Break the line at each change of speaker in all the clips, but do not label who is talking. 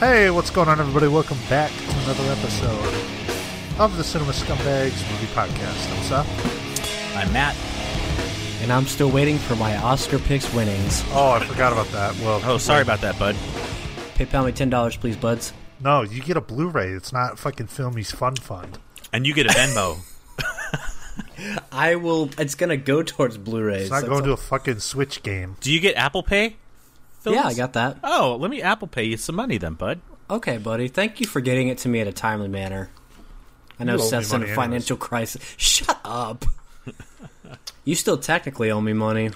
Hey, what's going on, everybody? Welcome back to another episode of the Cinema Scumbags Movie Podcast. I'm Seth.
I'm Matt.
And I'm still waiting for my Oscar picks winnings.
Oh, I forgot about that. Well,
Oh, sorry about that, bud.
PayPal me ten dollars, please, buds.
no, you get a Blu-ray. It's not fucking Filmies Fun Fund.
And you get a Venmo.
I will. It's gonna go towards Blu-rays.
It's not
That's
going to
all-
a fucking Switch game.
Do you get Apple Pay? Phillips?
Yeah, I got that.
Oh, let me Apple Pay you some money then, bud.
Okay, buddy. Thank you for getting it to me at a timely manner. I know
You owe me
Seth's in a
money anyways.
financial crisis. Shut up. you still technically owe me money.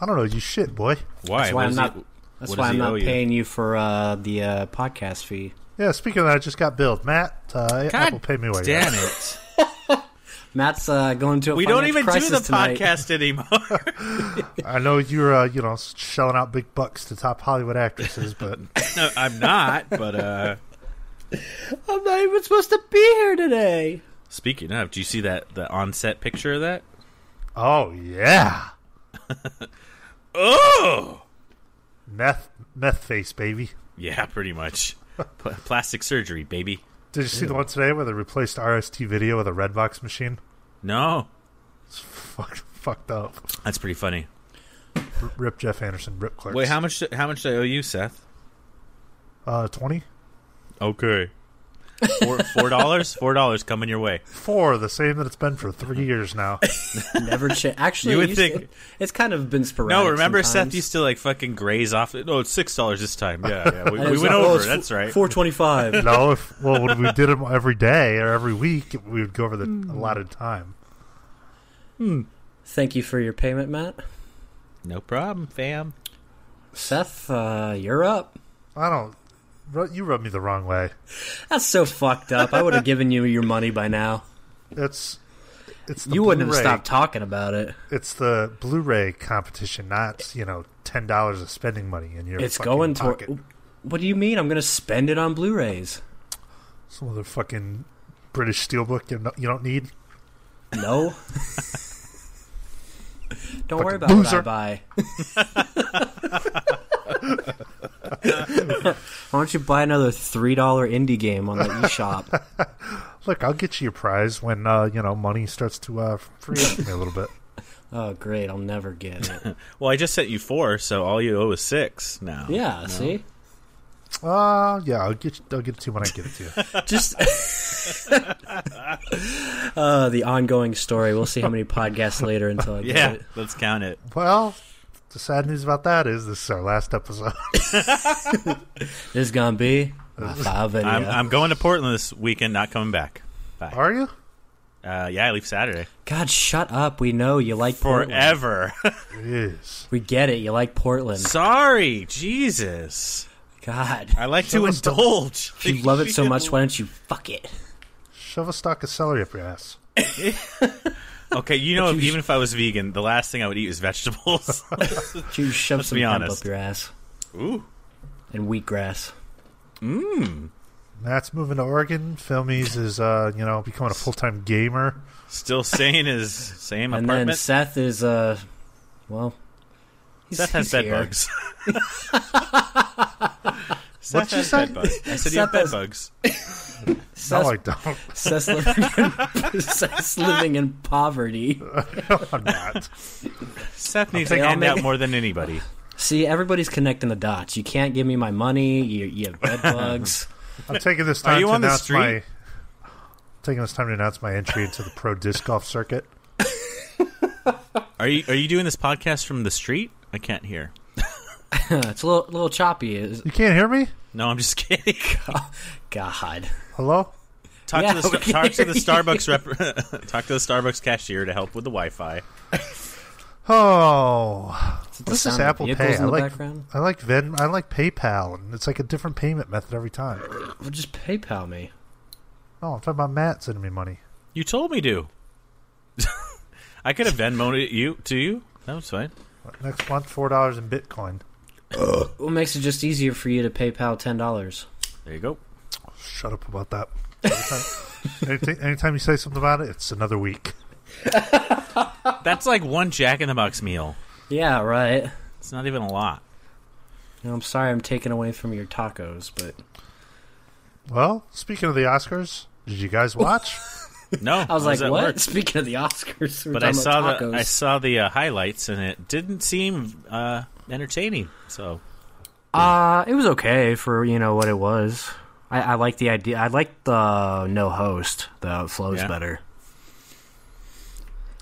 I don't know. You shit, boy.
Why?
That's
What
why I'm
does
not.
he-
that's
what
why
does
I'm
he
not
owe you?
paying you for uh, the uh, podcast fee.
Yeah. Speaking of that, I just got billed. Matt, uh,
God
Apple Pay me away.
Damn it!
Matt's uh, going to. A
We don't
financial
even do
crisis
the
tonight.
podcast anymore.
I know you're, uh, you know, shelling out big bucks to top Hollywood actresses, but
no, I'm not. But uh,
I'm not even supposed to be here today.
speaking of, do you see that the on-set picture of that?
oh yeah,
Oh,
meth, meth face, baby.
yeah, pretty much. Pl- plastic surgery, baby.
Did you see the one today where they replaced RST video with a Redbox machine?
No,
Fuck, fucked up.
that's pretty funny.
R- Rip Jeff Anderson, rip clerks.
Wait, how much? How much do I owe you, Seth?
Uh, twenty
Okay. Four four dollars. Four dollars coming your way.
four, the same that it's been for three years now.
Never change. Actually,
You would
it
think-
used to- it's kind of been sporadic.
No, remember
sometimes.
Seth used to like fucking graze off. it. No, it's six dollars this time. Yeah, yeah. We,
And
we
it was
went
like, oh,
over.
it's
That's right.
Four twenty-five.
no, if well, when we did them every day or every week, we would go over the allotted time.
Thank you for your payment, Matt.
No problem, fam.
Seth, uh, you're up.
I don't. ru- You rubbed me the wrong way.
That's so fucked up. I would have given you your money by now.
It's it's the
You wouldn't have
Blu-ray-
stopped talking about it.
It's the Blu-ray competition, not you know ten dollars of spending money in your.
It's
fucking
going
pocket.
toward. What do you mean? I'm going to spend it on Blu-rays?
some other fucking British steelbook you don't, you don't need.
No. Don't worry
Fucking
about
loser.
what I buy. Why don't you buy another three dollar indie game on the eShop?
Look, I'll get you your prize when uh, you know money starts to uh, free up me a little bit.
Oh, great! I'll never get it.
Well, I just sent you four, so all you owe is six now.
Yeah, see,
Uh yeah, I'll get I'll get it to you when I get it to you.
just uh, the ongoing story. We'll see how many podcasts later until I get
Yeah.
it.
Let's count it.
well, the sad news about that is this is our last episode.
This is gonna be my five video.
I'm, I'm going to Portland this weekend. Not coming back. Bye.
Are you?
Uh, yeah, I leave Saturday.
God, shut up. We know you like Portland.
Forever.
It is.
We get it. You like Portland.
Sorry, Jesus.
God,
I like to indulge.
if you love it so much, why don't you fuck it?
Shove a stalk of celery up your ass.
Okay, you know, even if I was vegan, the last thing I would eat is vegetables.
You shove some
be
hemp
honest.
up your ass
Ooh.
and wheatgrass.
Matt's moving to Oregon. Filmies is uh, you know, becoming a full time gamer.
Still staying his same
And then
apartment.
Seth is uh, well, he's,
Seth has
he's
bed
here.
bugs. Seth
What'd you
has
say?
bed bugs. I said you have
Seth
bed
has-
bugs.
No,
Seth's,
I don't.
Seth's living in, Seth's living in poverty.
I'm not.
Seth needs
Okay,
to
I'll
hand out
make-
more than anybody.
See, everybody's connecting the dots. You can't give me my money. You, you have bed bugs.
I'm taking this time
you
to
on the
announce
street?
my taking this time to announce my entry into the pro disc golf circuit.
Are you are you doing this podcast from the street? I can't hear.
it's a little, little choppy. It's-
You can't hear me?
No, I'm just kidding.
God.
Hello?
Talk
Yeah,
to the sta-
we can
talk to the
hear you.
Starbucks rep- talk to the Starbucks cashier to help with the Wi-Fi.
Oh,
the
this is
sound of
Apple
vehicles
Pay.
in
I
the
like
background?
I like Ven. I like PayPal, and it's like a different payment method every time.
Well, just PayPal me.
No, Oh, I'm talking about Matt sending me money.
You told me to. I could have Venmoed it you to you. That was fine.
Next month, four dollars in Bitcoin.
What makes it just easier for you to PayPal ten dollars?
There you go.
Shut up about that. Every time, anytime, anytime you say something about it, it's another week.
That's like one Jack in the Box meal.
Yeah, right.
It's not even a lot.
I'm sorry I'm taking away from your tacos, but
Well, speaking of the Oscars, did you guys watch?
No,
I was like,
at
what?
work.
Speaking of the Oscars, we're
But
talking
I saw
about
the
tacos.
I saw the uh, highlights, and it didn't seem uh, entertaining. So
Uh, it was okay for you know what it was. I, I like the idea. I like the no host. though. it flows
Yeah.
better.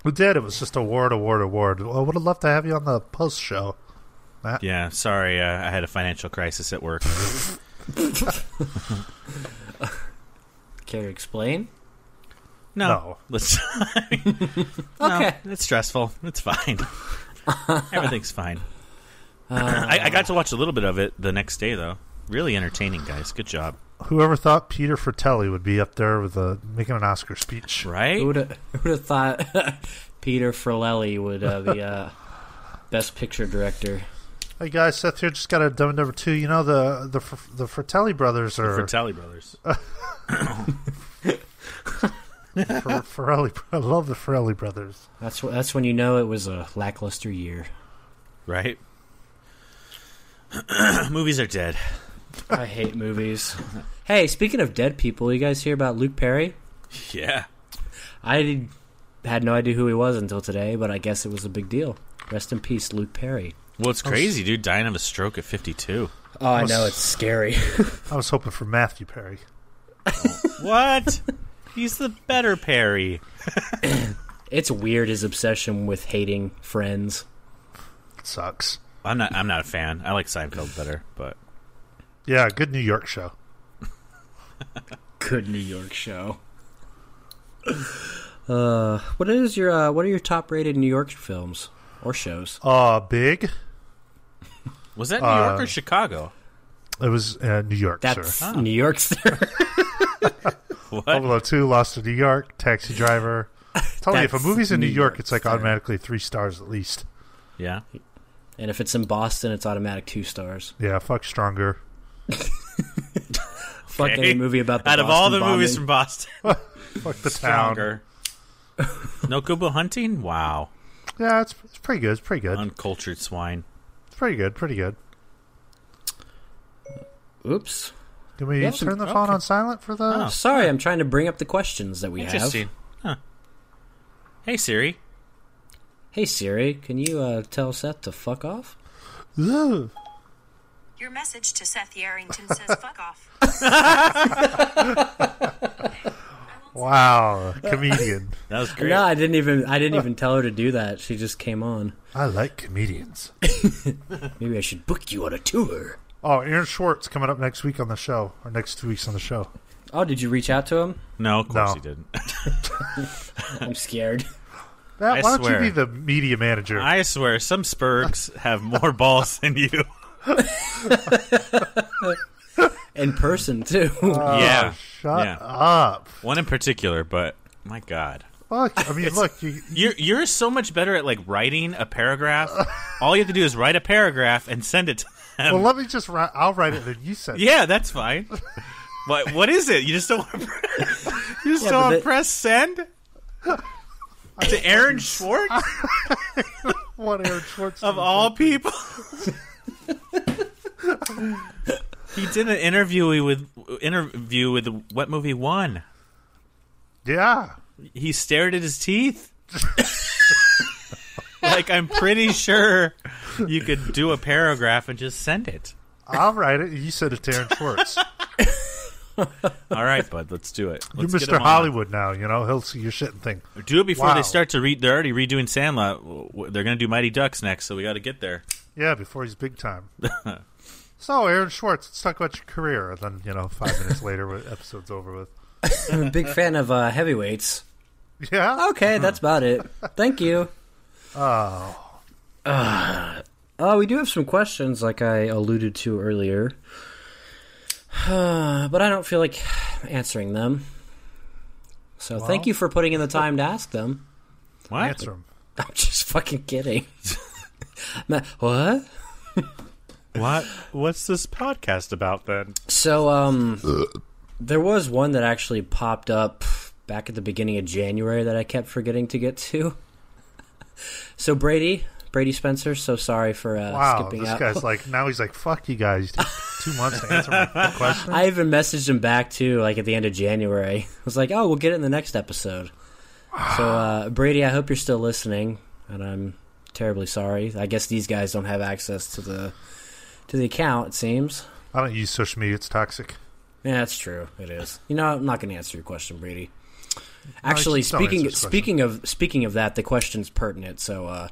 we did. It was just award, award, award. I would have loved to have you on the post show.
yeah, sorry, uh, I had a financial crisis at work.
Can you explain?
No,
No.
let's.
Okay.
No, it's stressful. It's fine. Everything's fine.
Uh,
I, I got to watch a little bit of it the next day, though. Really entertaining, guys. Good job.
Whoever thought Peter Fratelli would be up there with a, making an Oscar speech?
Right?
Who would have thought Peter Frelelli would uh, be uh, best picture director?
Hey guys, Seth here. Just got a dumb number two. You know the the Fr- the Fratelli brothers
The
are
Fratelli brothers.
Fr- Fratelli. I love the Fratelli brothers.
That's wh- that's when you know it was a lackluster year.
Right? Movies are dead.
I hate movies. Hey, speaking of dead people, you guys hear about Luke Perry?
Yeah.
I did- had no idea who he was until today, but I guess it was a big deal. Rest in peace, Luke Perry.
Well, it's crazy, dude. Dying of a stroke at 52.
Oh, I
Was-
know it's scary.
I was hoping for Matthew Perry.
What? He's the better Perry.
It's weird his obsession with hating friends.
It sucks.
I'm not. I'm not a fan. I like Seinfeld better, but
Yeah, good New York show.
Good New York show. Uh, what is your uh, what are your top rated New York films or shows?
Uh big.
was that New
Uh,
York or Chicago?
It was uh, New York,
That's
sir.
New York, sir.
What?
Home Alone Two, Lost in New York, Taxi Driver. Tell me if a
That's
movie's in New
New
York,
York,
it's like
sir.
automatically three stars at least.
Yeah.
and if it's in Boston, it's automatic two stars.
Yeah, fuck stronger.
Fuck
Okay.
any movie about the
Out of all
Boston
the movies from
bombing.
Boston,
Fuck the town.
stronger. no Kubo hunting. Wow.
Yeah, it's, it's pretty good. It's pretty good.
Um, Uncultured swine.
It's pretty good. Pretty good.
Oops.
Can we
Yeah,
turn the
okay.
phone on silent for the?
Oh.
Sorry, I'm trying to bring up the questions that we have.
Interesting. Huh. Hey Siri.
Hey Siri, can you uh, tell Seth to fuck off?
Ugh.
Oh.
Your message to Seth Yarrington says fuck off.
Wow, comedian.
That was great.
No, I didn't even I didn't even tell her to do that. She just came on.
I like comedians.
Maybe I should book you on a tour.
Oh, Aaron Schwartz coming up next week on the show, or next two weeks on the show.
Oh, did you reach out to him?
No, of course
No.
he didn't.
I'm scared.
Matt,
I
why don't
swear.
you be the media manager?
I swear, some Spurgs have more balls than you.
In person too.
Uh,
yeah.
Shut
Yeah.
up.
One in particular, but my God.
Fuck. I mean, look. You,
You're you're so much better at like writing a paragraph. All you have to do is write a paragraph and send it to them.
well, let me just. Write, I'll write it. Then you said.
yeah, that's fine. What what is it? You just don't want to You just don't
Yeah, but
want to
that-
press send? to Aaron Schwartz
What Aaron Schwartz
of all people. he did an interview with interview with what movie one.
Yeah.
He stared at his teeth. like I'm pretty sure you could do a paragraph and just send it.
I'll write it. You said it to Aaron Schwartz.
All right, bud, let's do it.
You're
Let's get
Mr.
him on.
Hollywood now. You know he'll see your shit and think.
Do it before
Wow.
they start to read. They're already redoing Sandlot. W- w- They're going to do Mighty Ducks next, so we got to get there.
Yeah, before he's big time. so Aaron Schwartz, let's talk about your career. And then you know, five minutes later, when episode's over with.
I'm a big fan of uh, heavyweights.
Yeah.
Okay, that's about it. Thank you. Oh. Uh, we do have some questions, like I alluded to earlier, but I don't feel like answering them. So thank you for putting in the time to ask them.
What?
Answer him.
I'm just fucking kidding. Ma- what?
What? What's this podcast about then?
So, um, there was one that actually popped up back at the beginning of January that I kept forgetting to get to. So, Brady, Brady Spencer. So sorry for uh,
Wow,
skipping
this
out.
guy's like now he's like fuck you guys. You took two months to answer my question.
I even messaged him back too, like at the end of January. I was like, "Oh, we'll get it in the next episode." so uh, Brady, I hope you're still listening, and I'm terribly sorry. I guess these guys don't have access to the to the account. It seems.
I don't use social media; it's toxic.
Yeah, that's true. It is. You know, I'm not going to answer your question, Brady. Actually,
just don't answer
speaking
this question.
speaking of speaking of that, the question's pertinent, so uh,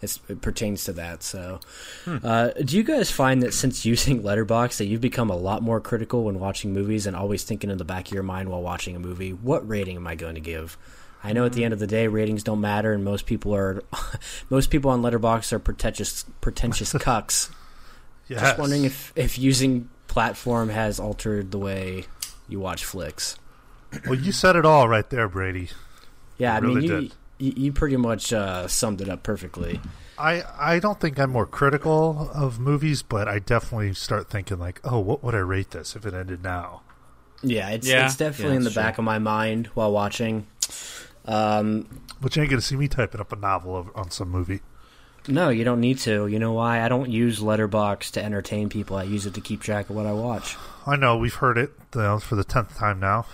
it's, it pertains to that. So, uh, do you guys find that since using Letterbox that you've become a lot more critical when watching movies and always thinking in the back of your mind while watching a movie, what rating am I going to give? I know at the end of the day, ratings don't matter, and most people are most people on Letterbox are pretentious pretentious cucks.
Yes.
Just wondering if, if using platform has altered the way you watch flicks.
well, you said it all right there, Brady.
Yeah, I
It really
mean, you,
did.
you you pretty much uh, summed it up perfectly.
I I don't think I'm more critical of movies, but I definitely start thinking like, oh, what would I rate this if it ended now?
Yeah, it's
Yeah.
it's definitely
Yeah,
in the
that's
back of my mind while watching. Um,
But you ain't gonna see me typing up a novel of, on some movie.
no, you don't need to. You know why? I don't use Letterbox to entertain people. I use it to keep track of what I watch.
I know we've heard it you know, for the tenth time now.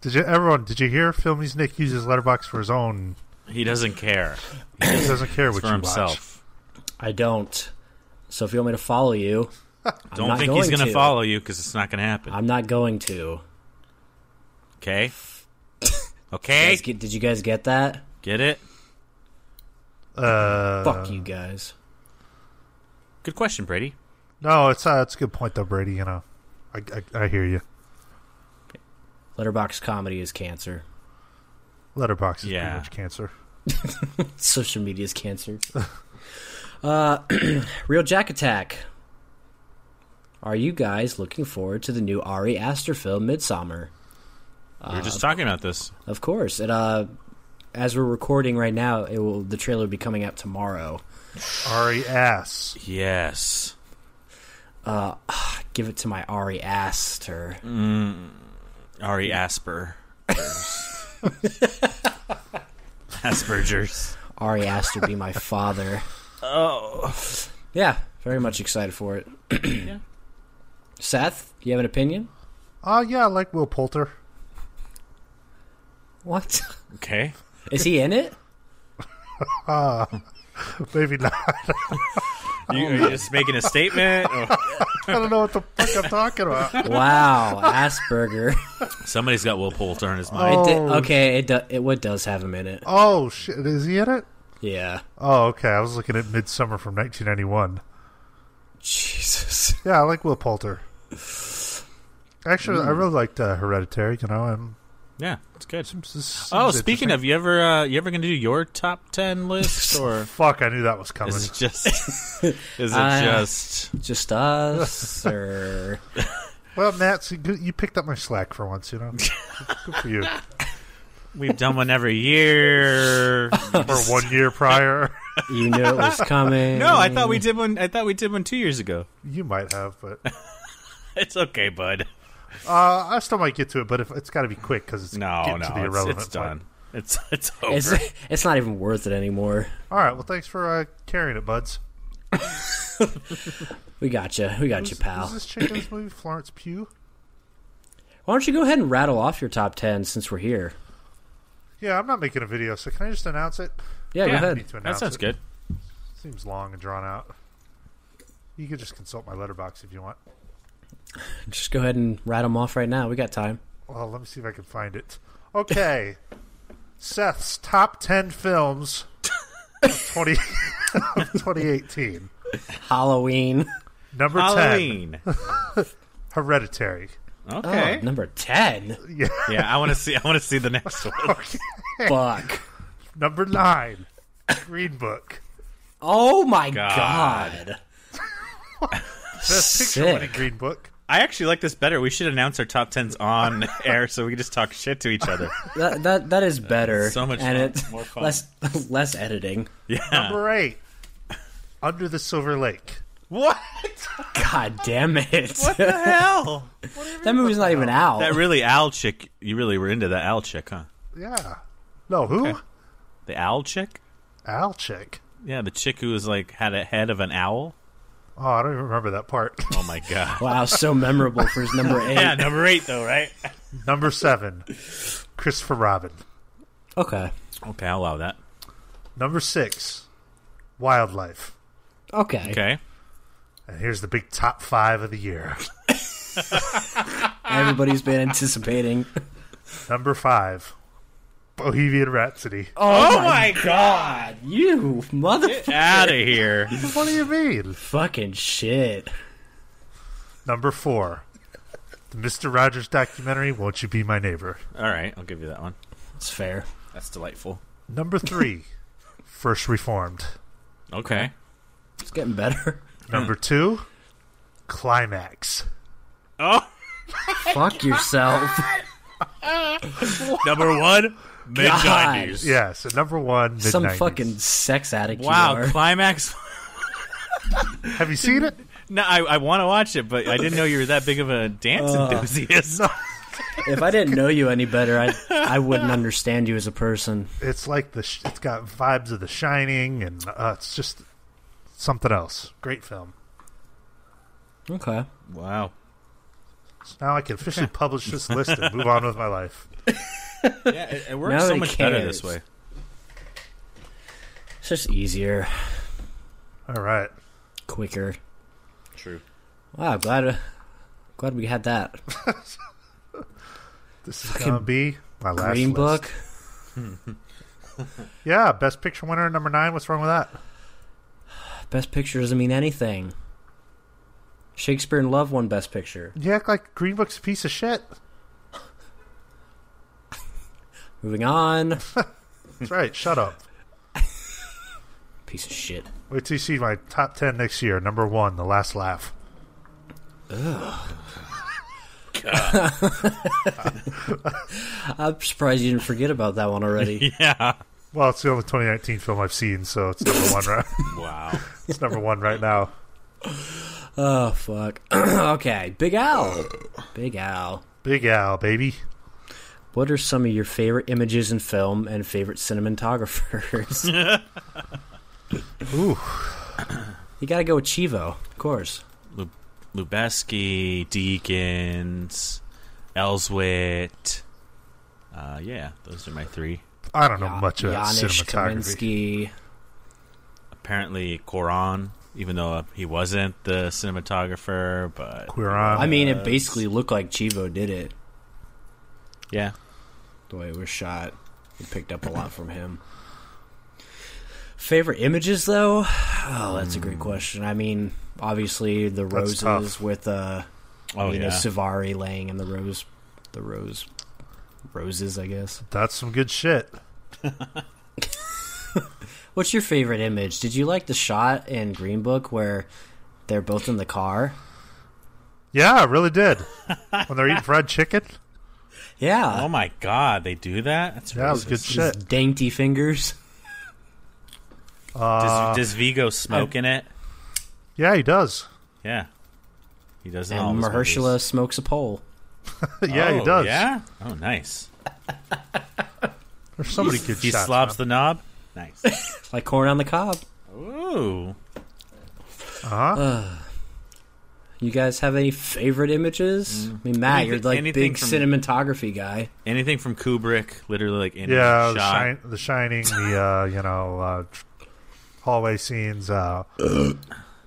did you everyone? Did you hear? Filmies Nick uses Letterbox for his own.
He doesn't care
He doesn't care what
for
you watch.
himself.
I don't. So if you want me to follow you, I'm
Don't
not
think he's
going
gonna
to.
follow you because it's not going to happen.
I'm not going to.
okay.
Guys,
Okay.
get- did you guys get that?
Get it?
Uh,
Fuck you guys.
Good question, Brady.
No, it's uh, it's a good point though, Brady. You know, I I, I hear you.
Letterbox comedy is cancer.
Letterbox is
Yeah.
pretty much cancer.
Social media's cancer. uh, Real Jack Attack. Are you guys looking forward to the new Ari Aster film, Midsummer?
We were just talking about this.
Of course. It, uh, as we're recording right now, it will the trailer will be coming out tomorrow.
Ari ass.
Yes.
Give it to my Ari Aster.
Ari Asper. Asperger's.
Ari Aster be my father.
Oh.
Yeah, very much excited for it. Seth, do you have an opinion?
Oh yeah, I like Will Poulter.
What?
Okay.
Is he in it?
Maybe not. Oh
You, are you just making a statement? Or-
I don't know what the fuck I'm talking about.
Wow, Asperger.
Somebody's got Will Poulter in his mind.
It did,
Oh.
okay, it do, it what does have him in it?
Oh shit, is he in it?
Yeah,
Oh okay, I was looking at Midsummer from 1991.
Jesus.
Yeah, I like Will Poulter. Actually,
Hmm.
I really liked uh, Hereditary. You know, and
Yeah, it's good.
this seems
Oh,
interesting.
speaking of, you ever uh, you ever gonna do your top ten list, or
fuck, I knew that was coming.
is it just is it
Uh,
just
Just us, or
Well, Matt, so you you picked up my slack for once. You know, good for you.
we've done one every year?
For one year prior,
you knew it was coming.
no, I thought we did one. I thought we did one two years ago.
you might have, but
It's okay, bud.
uh, I still might get to it. But if, it's got to be quick because it's
No,
getting
no,
to the
it's,
irrelevant.
it's
part.
done. It's it's over.
It's it's not even worth it anymore.
All right. Well, thanks for uh, carrying it, buds.
We got you. We got you, pal.
Is this chick in this movie Florence Pugh?
Why don't you go ahead and rattle off your top ten since we're here?
Yeah, I'm not making a video, so can I just announce it?
Yeah, go
Yeah.
ahead.
Need to
that
announce
sounds
it.
good.
Seems long and drawn out. You could just consult my letterbox if you want.
Just go ahead and rattle them off right now. We got time.
Well, let me see if I can find it. Okay, Seth's top ten films of twenty of 2018.
Halloween.
Number ten,
Halloween.
Hereditary.
Okay.
Oh, number ten.
yeah, I want to see. I want to see the next one.
Fuck.
Number nine, Green Book.
Oh my
God.
god.
Best picture winning
Sick.
Green Book.
I actually like this better. We should announce our top tens on air so we can just talk shit to each other.
That that that is better.
so much
and
fun.
It's
More fun.
Less less editing.
Yeah.
Number eight, Under the Silver Lake.
What?
God damn it.
the hell?
that movie's not even out.
That really Al chick. You really were into that Al chick, huh?
Yeah. No, who?
The owl chick?
Owl chick.
Yeah, the chick who was like had a head of an owl.
Oh, I don't even remember that part.
Oh my god.
Wow, so memorable for his number eight.
yeah, number eight though, right?
Number seven, Christopher Robin.
Okay.
Okay, I'll allow that.
Number six, Wildlife.
Okay.
Okay.
And here's the big top five of the year.
Everybody's been anticipating.
Number five, Bohemian Rhapsody.
Oh, my god.
You motherfucking
Out of here.
What do you mean?
shit.
Number four, the Mister Rogers documentary. Won't you be my neighbor?
All right, I'll give you that one.
It's fair.
That's delightful.
Number three, First Reformed.
Okay.
It's getting better.
Number two, Climax.
Oh,
Fuck yourself.
number one, mid
God.
nineties.
Yeah, so number one, mid
Some fucking sex addict
Wow,
you are.
climax.
Have you seen it?
No, I, I want to watch it, but I didn't know you were that big of a dance enthusiast.
if I didn't know you any better, I I wouldn't understand you as a person.
It's like the. Sh- it's got vibes of The Shining, and uh, it's just something else. Great film.
Okay.
Wow.
So now I can officially publish this list and move on with my life.
Yeah, it, it works so
Nobody
much better
cares.
this way.
It's just easier,
All right.
quicker.
True.
Wow, glad glad we had that.
This is going to be my last
Green
list.
book.
Yeah, Best Picture winner, number nine. What's wrong with that?
Best picture doesn't mean anything. Shakespeare in Love won best picture.
You act like Green Book's a piece of shit.
Moving on.
That's right. Shut up.
Piece of shit.
Wait till you see my top ten next year. Number one, The Last Laugh.
I'm surprised you didn't forget about that one already.
Yeah.
Well, it's the only 2019 film I've seen, so it's number one. Right,
Wow.
it's number one right now.
oh fuck. okay, Big Al.
Uh.
Big Al.
Big Al, baby.
What are some of your favorite images in film and favorite cinematographers?
Ooh,
you gotta go with Chivo, of course.
Lub- Lubeski, Deacons, Elswit. Uh, yeah, those are my three.
I don't know much about
Janusz
cinematography.
Kaminski.
Apparently, Koran, even though uh, he wasn't the cinematographer, but
Queer on.
I mean, it basically looked like Chivo did it.
yeah,
the way it was shot. We picked up a lot from him. Favorite images, though? Oh, that's a great question. I mean, obviously the
Hmm. That's
roses
tough.
with uh,
oh
you
yeah,
know, Savari laying in the rose, the rose, roses, I guess.
that's some good shit.
What's your favorite image? Did you like the shot in Green Book where they're both in the car?
Yeah, I really did. when they're eating fried chicken,
Yeah,
oh my god, they do that. That's
yeah, it was
really
good Oh, shit.
Those dainty fingers.
does, does Vigo smoke in it?
Yeah, he does.
Yeah, he does. in all
And
his
Mahershala
Oh, movies.
smokes a pole.
yeah, he
Oh,
does.
Yeah, oh nice.
There's so many good
He
shots.
slobs the knob. Nice.
Like corn on the cob.
Ooh,
You guys have any favorite images? I mean, Matt,
Mm. Anything-
you're like
anything
big
from-
cinematography guy.
anything from Kubrick, literally like any
Yeah, the,
shot.
shine, the Shining, the uh, you know uh, tr- hallway scenes, uh,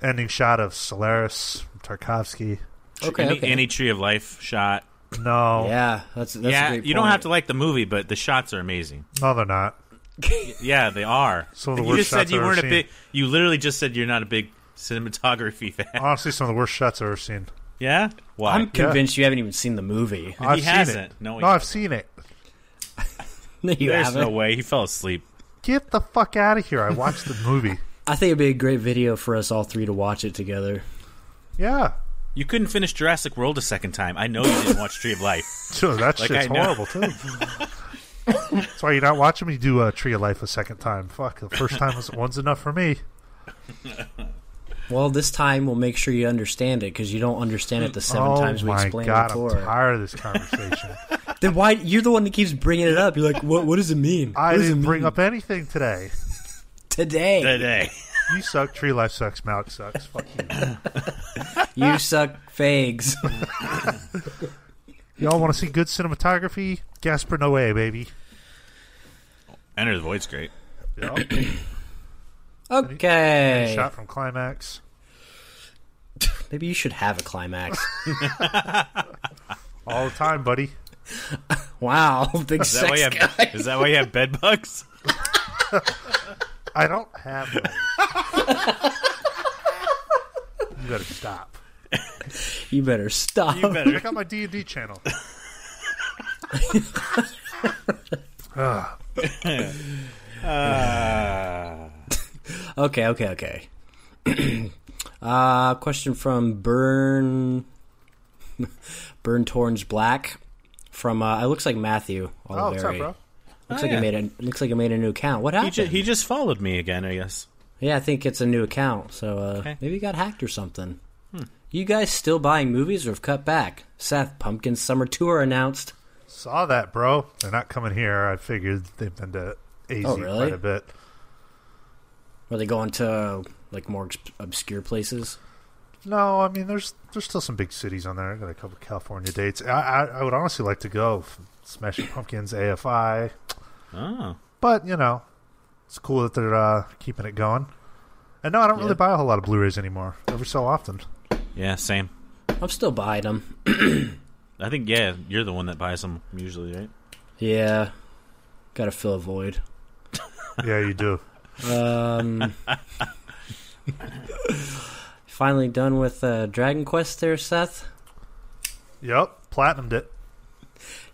ending shot of Solaris, Tarkovsky.
Okay,
any,
okay.
any tree of life shot.
No,
yeah, that's that's a
yeah,
great
you don't
point.
have to like the movie, but the shots are amazing.
no, they're not.
Yeah, they are.
Some of the
you
worst
just
shots
said you
I've ever
weren't a
seen.
big. You literally just said you're not a big cinematography fan.
Honestly, some of the worst shots I've ever seen.
Yeah, why?
I'm convinced you haven't even seen the movie.
I've seen It.
hasn't. No, he
I've seen it.
No, you
There's
haven't.
no way he fell asleep.
Get the fuck out of here! I watched the movie.
I think it'd be a great video for us all three to watch it together.
Yeah,
You couldn't finish Jurassic World a second time. I know you didn't watch Tree of Life.
so that
Like,
shit's
I know.
horrible too. That's why you're not watching me do uh, Tree of Life a second time. Fuck, the first time was one's enough for me.
Well, this time we'll make sure you understand it because you don't understand it the seven
oh
times we
my
explained
god,
before.
I'm tired of this conversation.
Then why you're the one that keeps bringing it up? You're like, what? What does it mean?
I
What does it
didn't bring
mean?
up anything today.
today.
today.
You suck. Tree life sucks. Malik sucks. Fuck you.
You suck, fags.
Y'all want to see good cinematography? Gaspar Noé, baby.
Enter the Void's great.
Yeah.
Okay.
Shot from climax.
Maybe you should have a climax.
All the time, buddy.
Wow, big
Is that, why
sex
you
guy.
have, is that why you have bed bugs?
I don't have one. you better stop.
You better stop.
You better.
Check out my D and D channel.
Oh, Okay, okay, okay. uh, question from Burn Burn Torns Black from uh, it looks like Matthew Oliveri.
Oh, what's up, bro?
Looks
Oh,
like
yeah.
he made a looks like he made a new account. What
He,
happened?
ju- he just followed me again, I guess.
yeah, I think it's a new account. So uh,
Okay. Hmm.
maybe he got hacked or something. You guys still buying movies or have cut back? Seth, Pumpkin Summer Tour announced.
Saw that, bro. They're not coming here. I figured they've been to AZ
Oh, really?
quite a bit.
Are they going to uh, like more obs- obscure places?
No, I mean, there's there's still some big cities on there. I got a couple California dates. I I, I would honestly like to go Smashing Pumpkins, AFI,
Oh.
but you know, it's cool that they're uh, keeping it going. And no, I don't
Yeah.
really buy a whole lot of Blu-rays anymore. Every so often.
Yeah, same.
I'm still buying them.
I think, yeah, you're the one that buys them usually, right?
Yeah, got to fill a void.
Yeah, you do.
Um, finally done with uh, Dragon Quest there, Seth.
yep, platinumed it.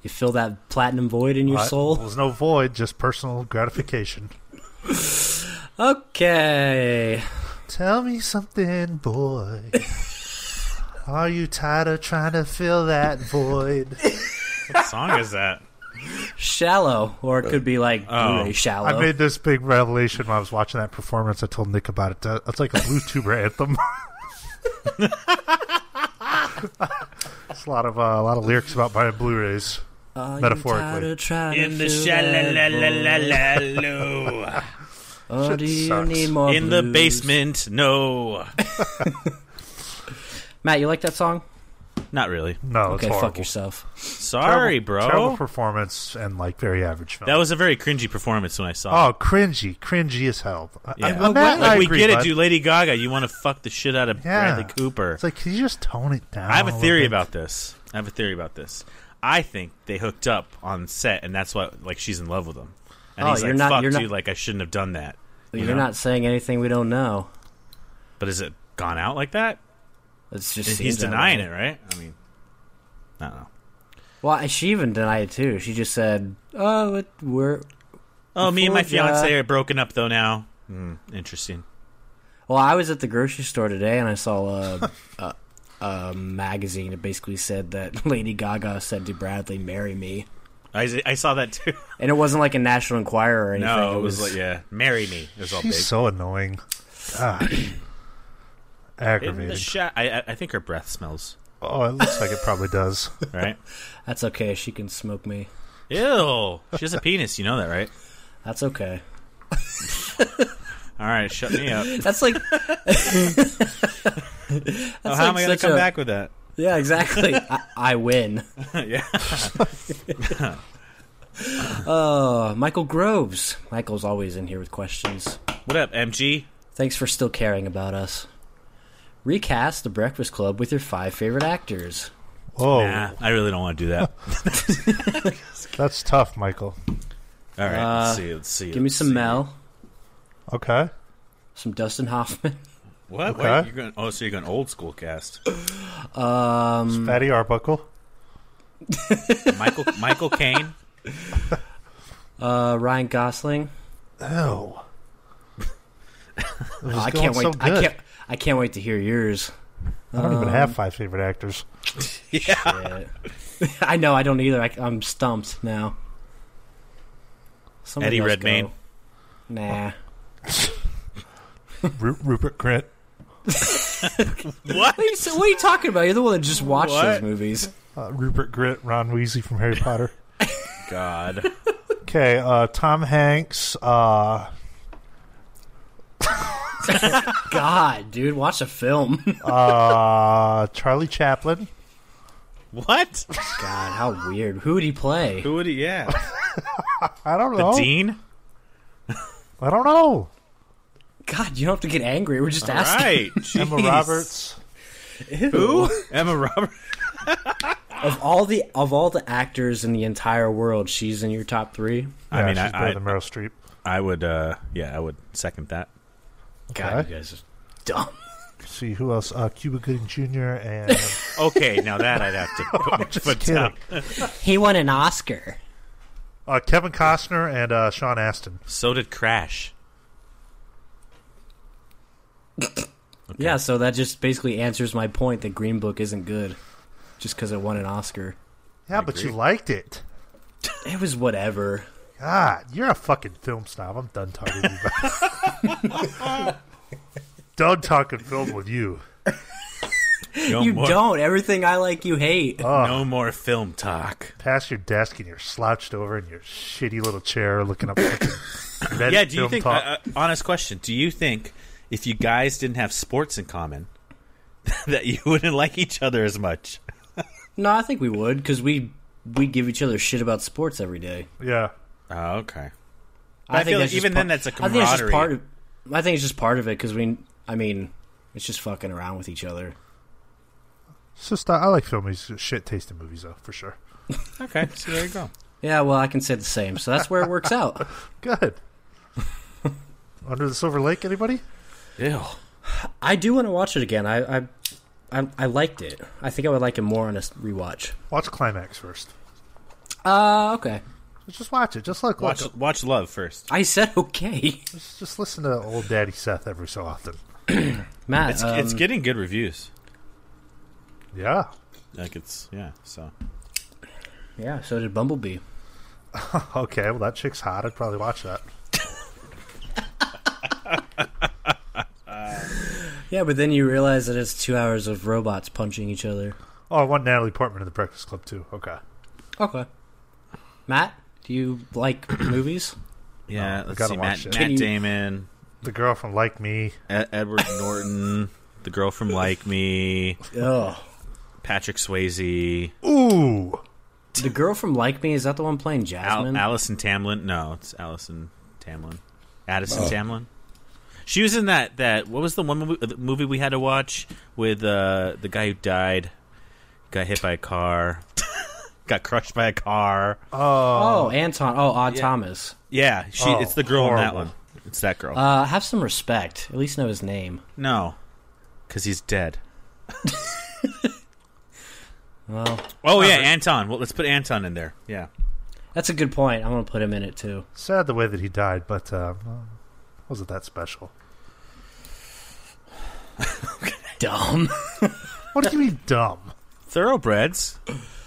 You fill that platinum void in your
I- There
soul.
was no void, just personal gratification.
Okay.
Tell me something, boy. Are you tired of trying to fill that void?
What song is that?
Shallow, or it could be like
Oh.
Blu-ray shallow.
I made this big revelation when I was watching that performance. I told Nick about it. That- That's like a BlueTuber anthem. it's a lot of uh, a lot of lyrics about buying Blu-rays.
Are you
metaphorically.
tired of trying
In
to
the
fill that void?
shalalalalalo.
Or
Shit
do you
sucks.
need more
In the
blues?
basement. No.
Matt, you like that song?
Not really.
No, it's
okay,
horrible.
fuck yourself.
Terrible-
Sorry, bro.
Terrible performance and like very average film.
That was a very cringy performance when I saw it.
oh, cringy, cringy as hell. I-
Yeah.
I-
Well,
Matt,
Like,
I
we
agree,
get it,
bud.
dude. Lady Gaga, you want to fuck the shit out of
Yeah.
Bradley Cooper.
It's like, can you just tone Oh, it down?
I have a
little
theory
bit?
about this. I have a theory about this. I think they hooked up on set, and that's why, like, she's in love with him. And
Oh,
he's
you're
like,
not-
"Fuck,
you're not-
dude! Like, I shouldn't have done that." You
You're
know?
not saying anything we don't know.
But is it gone out like that?
It's just
He's
seems that
denying
way.
it, right? I mean, I don't know.
Well, she even denied it too. She just said, "Oh, it, we're
Oh, me and my
Before, uh,
fiance are broken up though now. Hmm, interesting.
Well, I was at the grocery store today and I saw a, a, a magazine that basically said that Lady Gaga said to Bradley, "Marry me,"
I, I saw that too.
and it wasn't like a National Enquirer or anything.
no, it was like, yeah, marry me. It was all
She's
big.
so annoying. God.
In the
Aggravating.
shot, I, I- I think her breath smells.
oh, it looks like it probably does.
Right?
"That's okay, she can smoke me."
Ew. She has a penis. You know that, right?
That's okay.
All right, shut me up.
That's like,
oh, how am I
like
gonna
such
come
a-
back with that?
yeah, exactly. I, I win.
yeah.
Uh, Michael Groves. Michael's always in here with questions.
What up, MG?
Thanks for still caring about us. Recast The Breakfast Club with your five favorite actors.
Whoa,
Nah, I really don't want to do that.
that's tough, Michael.
All right,
Uh,
let's see. Let's see.
Give me
let's
some
see.
Mel,
Okay.
some Dustin Hoffman.
What?
Okay.
Wait, you're going, oh, so you're going old school cast? Mm.
Um,
Fatty Arbuckle.
Michael Michael Caine.
uh, Ryan Gosling.
Ew.
Oh, I
going
can't wait.
so
I
good.
can't. I can't wait to hear yours.
I don't
Mm.
even have five favorite actors.
Shit. I know. I don't either. I, am stumped now. Somebody
Eddie
else
Redmayne.
go. Nah.
Ru- Rupert Grint.
What?
What are, you, what are you talking about? You're the one that just watched
What?
those movies.
Uh, Rupert Grit, Ron Weasley from Harry Potter.
God.
Okay, uh, Tom Hanks. Uh,
God, dude, watch a film.
uh, Charlie Chaplin.
What?
God, how weird. Who would he play?
Who would he? Yeah.
I don't
The
know.
dean.
I don't know.
God, you don't have to get angry. We're just
All
asking.
right.
Emma
Jeez.
Roberts.
Who? Emma Roberts.
Of all the of all the actors in the entire world, she's in your top three.
I mean,
she's
I,
better
I,
than Meryl Streep.
I would. Uh, yeah, I would second that.
God,
Okay.
you guys are dumb.
see who else? Uh, Cuba Gooding Jr. and
Okay, now that I'd have to put my foot
kidding.
down.
He won an Oscar.
uh, Kevin Costner and uh, Sean Astin.
So did Crash.
Yeah, so that just basically answers my point that Green Book isn't good just because it won an Oscar.
Yeah, but you liked it.
It was whatever.
God, you're a fucking film snob. I'm done talking to you. About done talking film with you.
No
you
more,
don't. Everything I like, you hate.
No more film talk.
Past your desk and you're slouched over in your shitty little chair, looking up. fucking red
yeah. Do you
film
think? Uh,
talk.
uh, honest question. Do you think if you guys didn't have sports in common, that you wouldn't like each other as much?
no, I think we would because we we give each other shit about sports every day.
yeah,
Oh, okay. I feel
I,
like
think that's just
even
par-
then that's a
I think it's just
camaraderie.
part of. I think it's just part of it because we. I mean, it's just fucking around with each other.
it's just uh, I like film movies. Shit tasting movies though, for sure.
Okay. So there you go.
Yeah, well, I can say the same. So that's where it works out.
Good. Under the Silver Lake, anybody?
Ew.
I do want to watch it again. I, I, I, I liked it. I think I would like it more on a s- rewatch.
Watch Climax first.
Uh, okay.
Just watch it. Just look.
Watch
look. uh,
Watch Love first.
I said okay.
Just, just listen to old Daddy Seth every so often.
Matt,
It's
um,
it's getting good reviews.
Yeah.
Like it's yeah. So
um, yeah. So did Bumblebee.
Okay. Well, that chick's hot. I'd probably watch that.
Yeah, but then you realize that it's two hours of robots punching each other.
Oh, I want Natalie Portman in the Breakfast Club too. Okay.
Okay. Matt, do you like movies?
yeah.
Oh, I
let's
gotta
see.
watch it.
Matt, Matt
Can you-
Damon,
The girl from Like Me.
E- Edward Norton, the girl from Like Me,
Oh,
Patrick Swayze,
Ooh.
the girl from Like Me is that the one playing
Al-
Jasmine?
Allison Tamlin. No, it's Allison Tamlin. Addison Tamlin. She was in that that what was the one movie, the movie we had to watch with uh, the guy who died, got hit by a car, got crushed by a car.
oh, Anton. Oh, Odd Thomas.
Yeah, she.
Oh,
it's the girl in that
horrible.
one. It's that girl.
Uh, have some respect. At least know his name.
no, because he's dead.
Well,
Oh yeah, Anton. Well, let's put Anton in there. Yeah.
that's a good point. I'm gonna put him in it too.
Sad the way that he died, but uh, well, wasn't that special?
Dumb.
What do you mean dumb?
Thoroughbreds.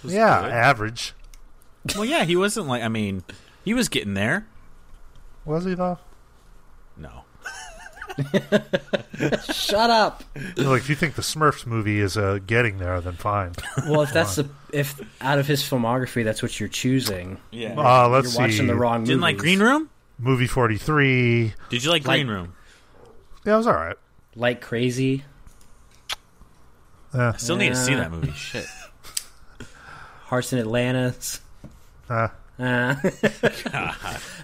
yeah, average.
Well, yeah, he wasn't like. I mean, he was getting there.
Was he though?
No.
Shut up.
like, if you think the Smurfs movie is uh, getting there, then fine.
Well, if that's the if out of his filmography, that's what you're choosing.
Yeah.
Uh, let's
you're watching
see.
the wrong.
Didn't like
movies.
Green Room.
Movie forty three.
Did you like
Like-
Green Room?
Yeah, it was all right.
Like crazy.
Eh,
Still need to see
Yeah.
that movie. Shit.
Hearts in Atlantis.
eh.
Uh,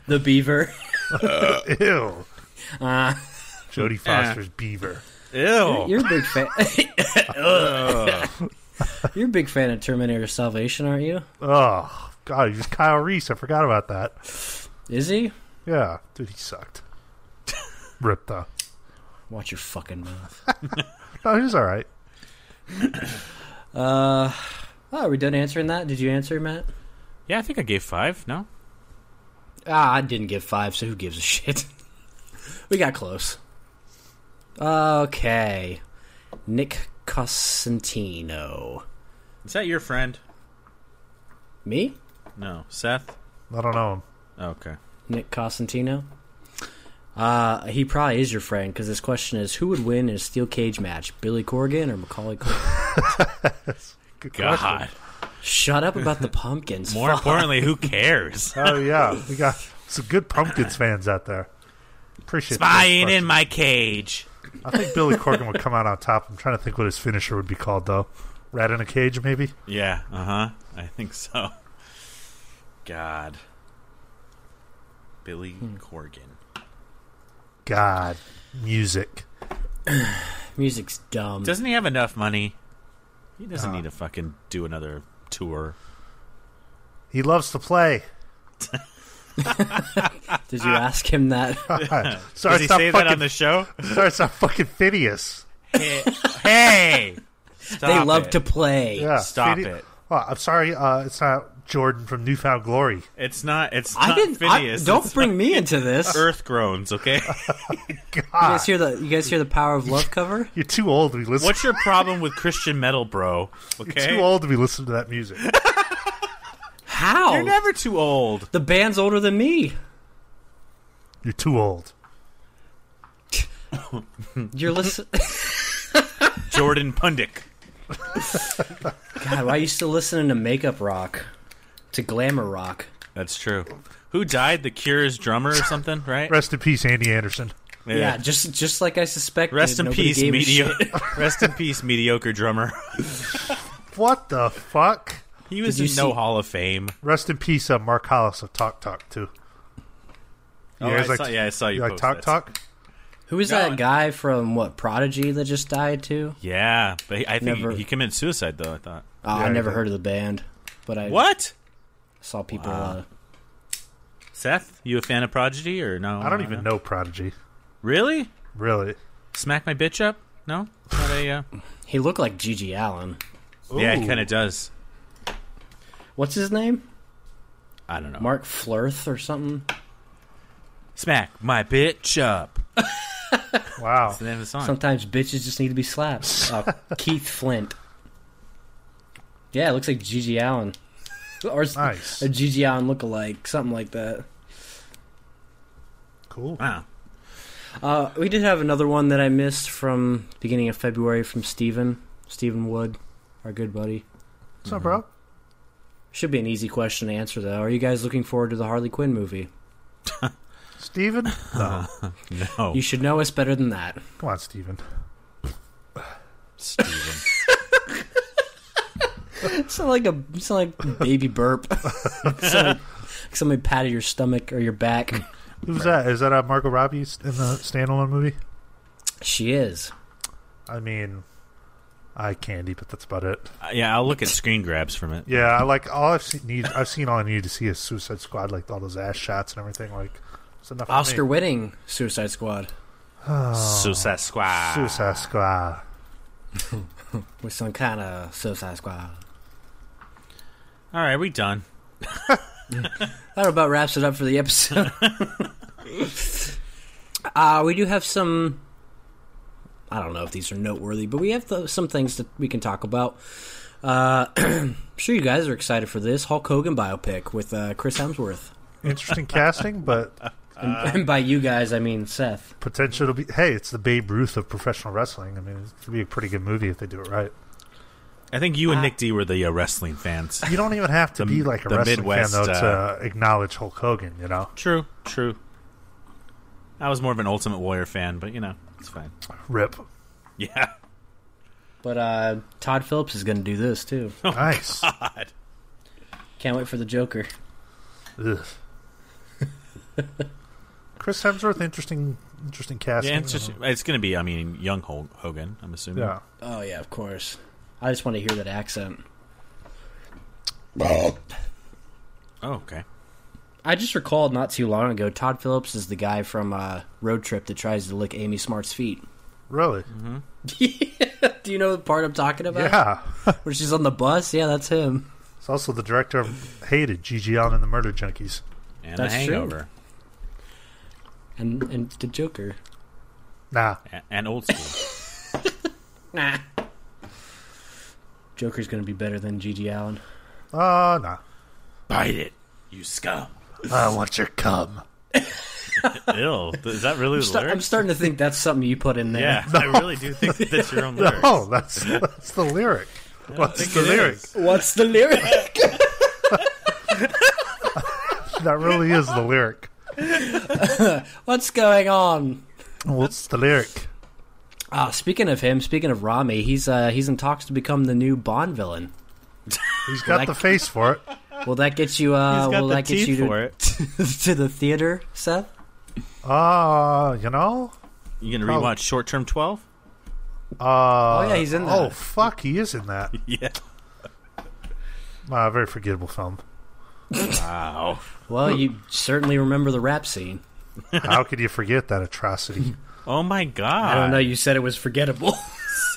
the Beaver.
Ew.
Uh.
Jodie Foster's Beaver.
Ew.
You're a big fan. You're a big fan of Terminator Salvation, aren't you?
Oh God, he was Kyle Reese. I forgot about that.
Is he?
Yeah, dude, he sucked. Rip though.
Watch your fucking mouth.
No, he was all right.
Uh, oh, are we done answering that? Did you answer, Matt?
Yeah, I think I gave five. No.
Ah, I didn't give five, so who gives a shit? we got close. Okay. Nick Cosentino.
Is that your friend?
Me?
No. Seth.
I don't know him.
Okay.
Nick Cosentino? Uh, he probably is your friend because this question is who would win in a steel cage match, Billy Corgan or Macaulay Culkin?
Good question.
God.
Shut up about the pumpkins.
More
Fuck.
importantly, who cares?
Oh yeah, we got some good Pumpkins fans out there. Appreciate those
Spying in
questions.
my cage.
I think Billy Corgan would come out on top. I'm trying to think what his finisher would be called though. Rat in a cage, maybe.
Yeah, uh huh. I think so. God. Billy Corgan.
God, music.
Music's dumb.
Doesn't he have enough money? He doesn't
Nah.
need to fucking do another tour.
He loves to play.
Did
uh,
you ask him that?
Sorry,
Does he
stop
say that on
fucking.
the show?
sorry, stop fucking Phineas.
hey! hey!
they
Stop
love
it.
to play.
Yeah,
Stop
Phine-
it.
Oh, I'm sorry. Uh, it's not Jordan from Newfound Glory.
It's not. It's
I
not
didn't. I-
Phineas. Er,
don't
It's
bring me into this. You
Earth groans. Okay.
God,
guys hear the? You guys hear the power of love cover?
you're too old to be listening.
What's your problem with Christian metal, bro? Okay.
Too old to be listening to that music.
How?
You're never too old.
the band's older than me.
You're too old.
You're listening.
Jordan Pundick.
God, why are you still listening to makeup rock? To glamour rock.
That's true. Who died? The Cure's drummer or something, right?
Rest in peace, Andy Anderson.
Yeah.
Yeah, just just like I suspected.
Rest in
nobody
peace,
gave a
medio-
shit.
Rest in peace, mediocre drummer.
What the fuck?
He was
Did
in
you
no
see-
Hall of Fame.
Rest in peace, uh, Mark Hollis of Talk Talk too. You
Oh,
guys
I saw, yeah, I saw you.
you like
post
Talk
that.
Talk?
Who was
No.
that guy from what Prodigy that just died too?
Yeah, but he, I think
Never-
he committed suicide though. I thought.
Oh, I
Yeah,
never
yeah.
heard of the band, but I
What?
saw people. Uh,
Seth, you a fan of Prodigy or no?
I don't even know Prodigy.
Really?
Really?
Smack my bitch up? No. Not a. Uh...
he looked like Gigi Allen.
yeah, he
Ooh.
kind of does.
What's his name?
I don't know.
Mark Flirth or something?
Smack my bitch up.
Wow.
That's the name of the song.
Sometimes bitches just need to be slapped. Uh, Keith Flint. Yeah, it looks like Gigi Allen. Or s-
Nice.
a Gigi Allen lookalike, something like that.
Cool.
Wow.
Uh, we did have another one that I missed from beginning of February from Steven. Steven Wood, our good buddy.
What's up, bro?
Should be an easy question to answer, though. Are you guys looking forward to the Harley Quinn movie?
Steven? No.
No.
You should know us better than that.
Come on, Steven.
Steven.
sound like a sound like baby burp. sound like somebody patted your stomach or your back.
Who's that? Is that uh, Margot Robbie s- in the standalone movie?
She is.
I mean, eye candy, but that's about it.
Uh, yeah, I'll look at screen grabs from it.
Yeah, I like all I've seen. Need, I've seen all I need to see is Suicide Squad, like all those ass shots and everything. Like, it's enough. for me.
Oscar winning Suicide Squad.
Suicide Squad.
Suicide Squad.
With some kind of Suicide Squad.
All right, we done.
That about wraps it up for the episode. uh, we do have some. I don't know if these are noteworthy, but we have th- some things that we can talk about. Uh, I'm sure you guys are excited for this Hulk Hogan biopic with uh, Chris Hemsworth.
Interesting casting, but
And, and by you guys, I mean Seth.
potential to be. Hey, it's the Babe Ruth of professional wrestling. I mean, it could be a pretty good movie if they do it right.
I think
Ah.
you and Nick D were the uh, wrestling fans.
You don't even have to
The-
be like a
the
wrestling
Midwest,
fan though
uh,
to acknowledge Hulk Hogan. You know,
True, true. I was more of an Ultimate Warrior fan, but you know, it's fine.
rip.
Yeah.
But uh, Todd Phillips is going to do this too.
nice.
Oh, God.
Can't wait for the Joker.
Ugh. Chris Hemsworth, interesting, interesting casting.
Yeah, it's just it's gonna be. I mean, young Hol- Hogan. I'm assuming.
yeah.
Oh yeah, of course. I just want to hear that accent.
Oh, okay.
I just recalled not too long ago, Todd Phillips is the guy from uh, Road Trip that tries to lick Amy Smart's feet.
Really?
Mm-hmm.
Do you know the part I'm talking about?
Yeah.
Where she's on the bus? Yeah, that's him.
It's also the director of Hated, G.G. Allen and the Murder Junkies.
And
That's
the
true.
Hangover
And and the Joker.
Nah.
A- and Old School.
Nah. Joker's gonna be better than Gigi Allen.
Oh, nah.
Bite it, you scum.
I want your cum.
Ill. Is that really the
Sta- I'm
lyrics?
starting to think that's something you put in there.
yeah, I really do think that's your own lyrics.
Oh, that's that's the lyric. What's
think
the
it
lyric?
is.
What's the lyric?
That really is the lyric.
What's going on?
What's the lyric?
Ah, speaking of him, speaking of Rami, he's uh, he's in talks to become the new Bond villain.
He's got
Like-
the face for it.
Will that get you? Uh,
He's got
will
the
that get
teeth
you
for
to,
it.
to the theater, Seth?
Ah, you know.
You gonna rewatch Short Term Twelve?
Uh,
Oh, yeah, he's in
Oh
that.
fuck, he is in that.
Yeah.
Uh, very forgettable film.
Wow.
Well, you certainly remember the rap scene.
How could you forget that atrocity?
Oh my god.
I
Uh,
don't know. You said it was forgettable.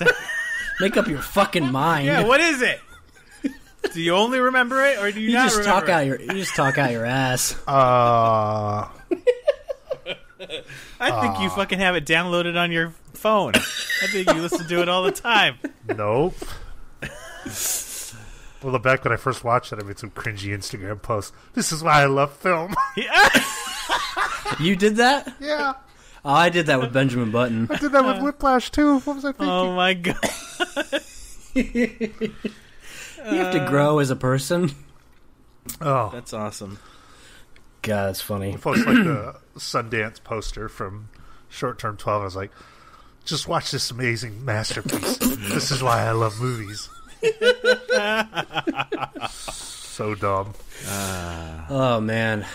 Make up your fucking mind.
Yeah. What is it? do you only remember it, or do you,
you
not
just
remember
talk out your you just talk out your ass.
Uh,
it? I think you fucking have it downloaded on your phone. I think you listen to it all the time.
nope. Well, back when I first watched it, I made some cringy Instagram posts. This is why I love film.
You did that?
yeah,
Oh, I did that with Benjamin Button.
I did that with Whiplash too. What was I thinking?
Oh my god.
You have to grow as a person.
oh,
That's awesome.
God, that's funny.
post like the Sundance poster from Short Term 12. I was like, just watch this amazing masterpiece. this is why I love movies. so dumb.
Oh man,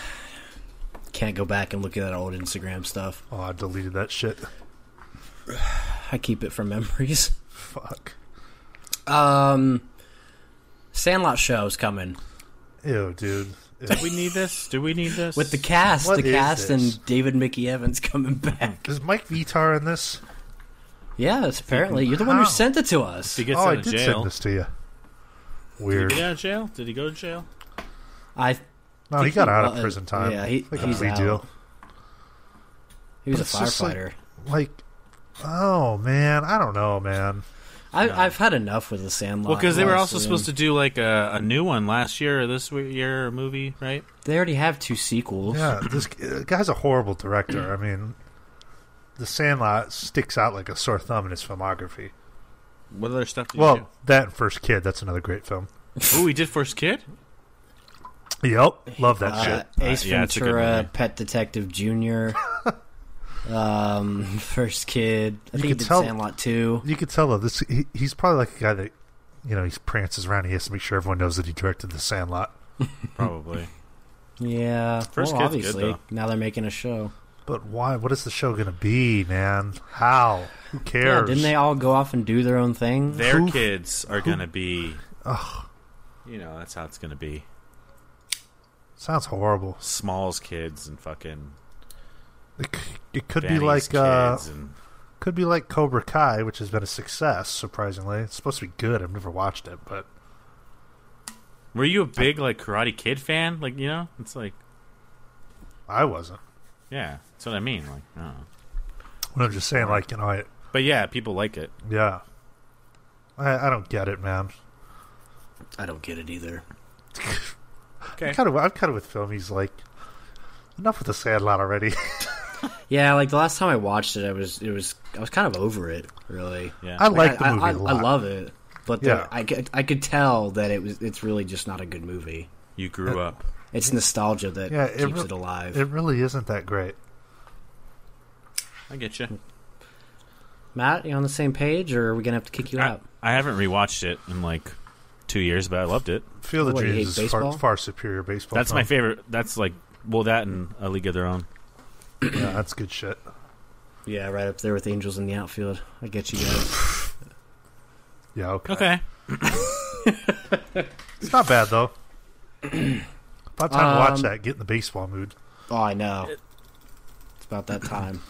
can't go back and look at that old Instagram stuff.
Oh, I deleted that shit.
I keep it from memories.
Fuck.
Um, Sandlot show is coming
Ew, dude. Ew.
Do we need this? Do we need this?
with the cast.
What
the
is
cast
this?
and David Mickey Evans coming back.
Is Mike Vitar in this?
Yes, apparently you're the one who
How?
sent it to us.
he gets
oh, I
out of
did
jail.
send this to you. Weird.
Did he get out of jail? Did he go to jail?
I
No, he
think
got
he
out of
was.
prison time.
Yeah, he-
like a
he's
plea
out.
deal.
he was a
But it's just like-
firefighter.
Like, oh man, I don't know, man.
I, I've had enough with the Sandlot.
Well, because they were also
honestly.
supposed to do like a, a new one last year or this w- year a movie, right?
They already have two sequels.
Yeah, this uh, guy's a horrible director. I mean, The Sandlot sticks out like a sore thumb in his filmography.
What other stuff did
Well, that and First Kid, that's another great film.
you do? Ooh, he did First Kid?
Yep, love that
Uh,
shit.
Ace
Uh, yeah, it's a good
Ventura,
movie.
Pet Detective Junior, um, First Kid. I think he
could
did
tell-
Sandlot too.
You could tell though, this he, he's probably like a guy that you know he's prances around. He has to make sure everyone knows that he directed The Sandlot.
Probably.
Yeah,
First
well,
Kid's good,
obviously
though.
now they're making a show.
But why? What is the show going to be, man? How? Who
Yeah,
cares?
didn't they all go off and do their own thing?
Their
Who-
kids are going to be. You know, that's how it's going to be.
Sounds horrible.
Small's kids and fucking.
It, c- it could
Vanny's
be like uh,
kids and
could be like Cobra Kai, which has been a success surprisingly. It's supposed to be good. I've never watched it, but
Were you a big like Karate Kid fan? Like, you know? It's like,
I wasn't. yeah.
yeah, that's what I mean. Like, I don't know.
But I'm just saying, like you know, I,
But yeah, people like it.
yeah, I, I don't get it, man.
I don't get it either.
Okay.
Kind of, I'm kind of with film. He's like enough with the Sandlot already.
Yeah, like the last time I watched it, I was it was I was kind of over it. Really,
Yeah.
I like the
I,
movie
I,
a lot.
I love it, but the-
Yeah.
I could I could tell that it was it's really just not a good movie.
You grew up.
It's nostalgia that
Yeah, it
keeps
re-
it alive.
It really isn't that great.
I get you.
Matt, you on the same page, or are we gonna have to kick you
I,
out?
I haven't rewatched it in like two years, but I loved it.
Field of
What, you hate
Dreams is far,
baseball?
far superior baseball.
That's my
film.
favorite. That's like well, that and A League of Their Own.
Yeah, that's good shit.
Yeah, right up there with Angels in the Outfield. I get you guys.
Yeah, okay.
Okay,
It's not bad though. About time to watch
Um,
that. Get in the baseball mood.
oh, I know. It's about that time.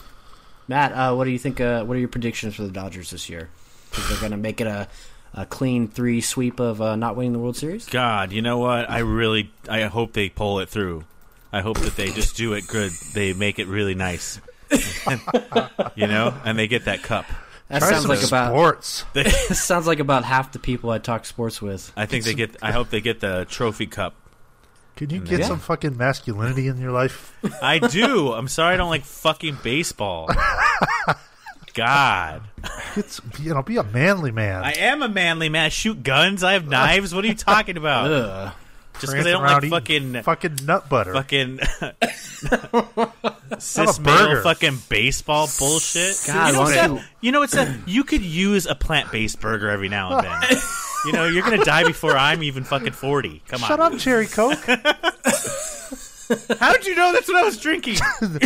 Matt, uh, what do you think? Uh, what are your predictions for the Dodgers this year? Think they're gonna make it a, a clean three sweep of uh, not winning the World Series?
God, you know what? I really, I hope they pull it through. I hope that they just do it good. They make it really nice, you know, and they get that cup.
That
Try
sounds
some
like about
sports.
They,
sounds like about half the people I talk sports with.
I think they get. I hope they get the trophy cup.
Can you get
Yeah.
some fucking masculinity in your life?
I do. I'm sorry, I don't like fucking baseball. God.
It's you know, be a manly man.
I am a manly man. I shoot guns. I have knives. What are you talking about?
Ugh.
Just
Prance
because I don't
around
like
eating
fucking
fucking nut butter.
fucking
Have
cis
a
male
burger.
fucking baseball bullshit.
God,
you know
why
what's
don't
that? You know what's that? You could use a plant based burger every now and then. you know you're gonna die before I'm even fucking forty. Come
Shut
on.
up, Cherry Coke.
How did you know that's what I was drinking?
Why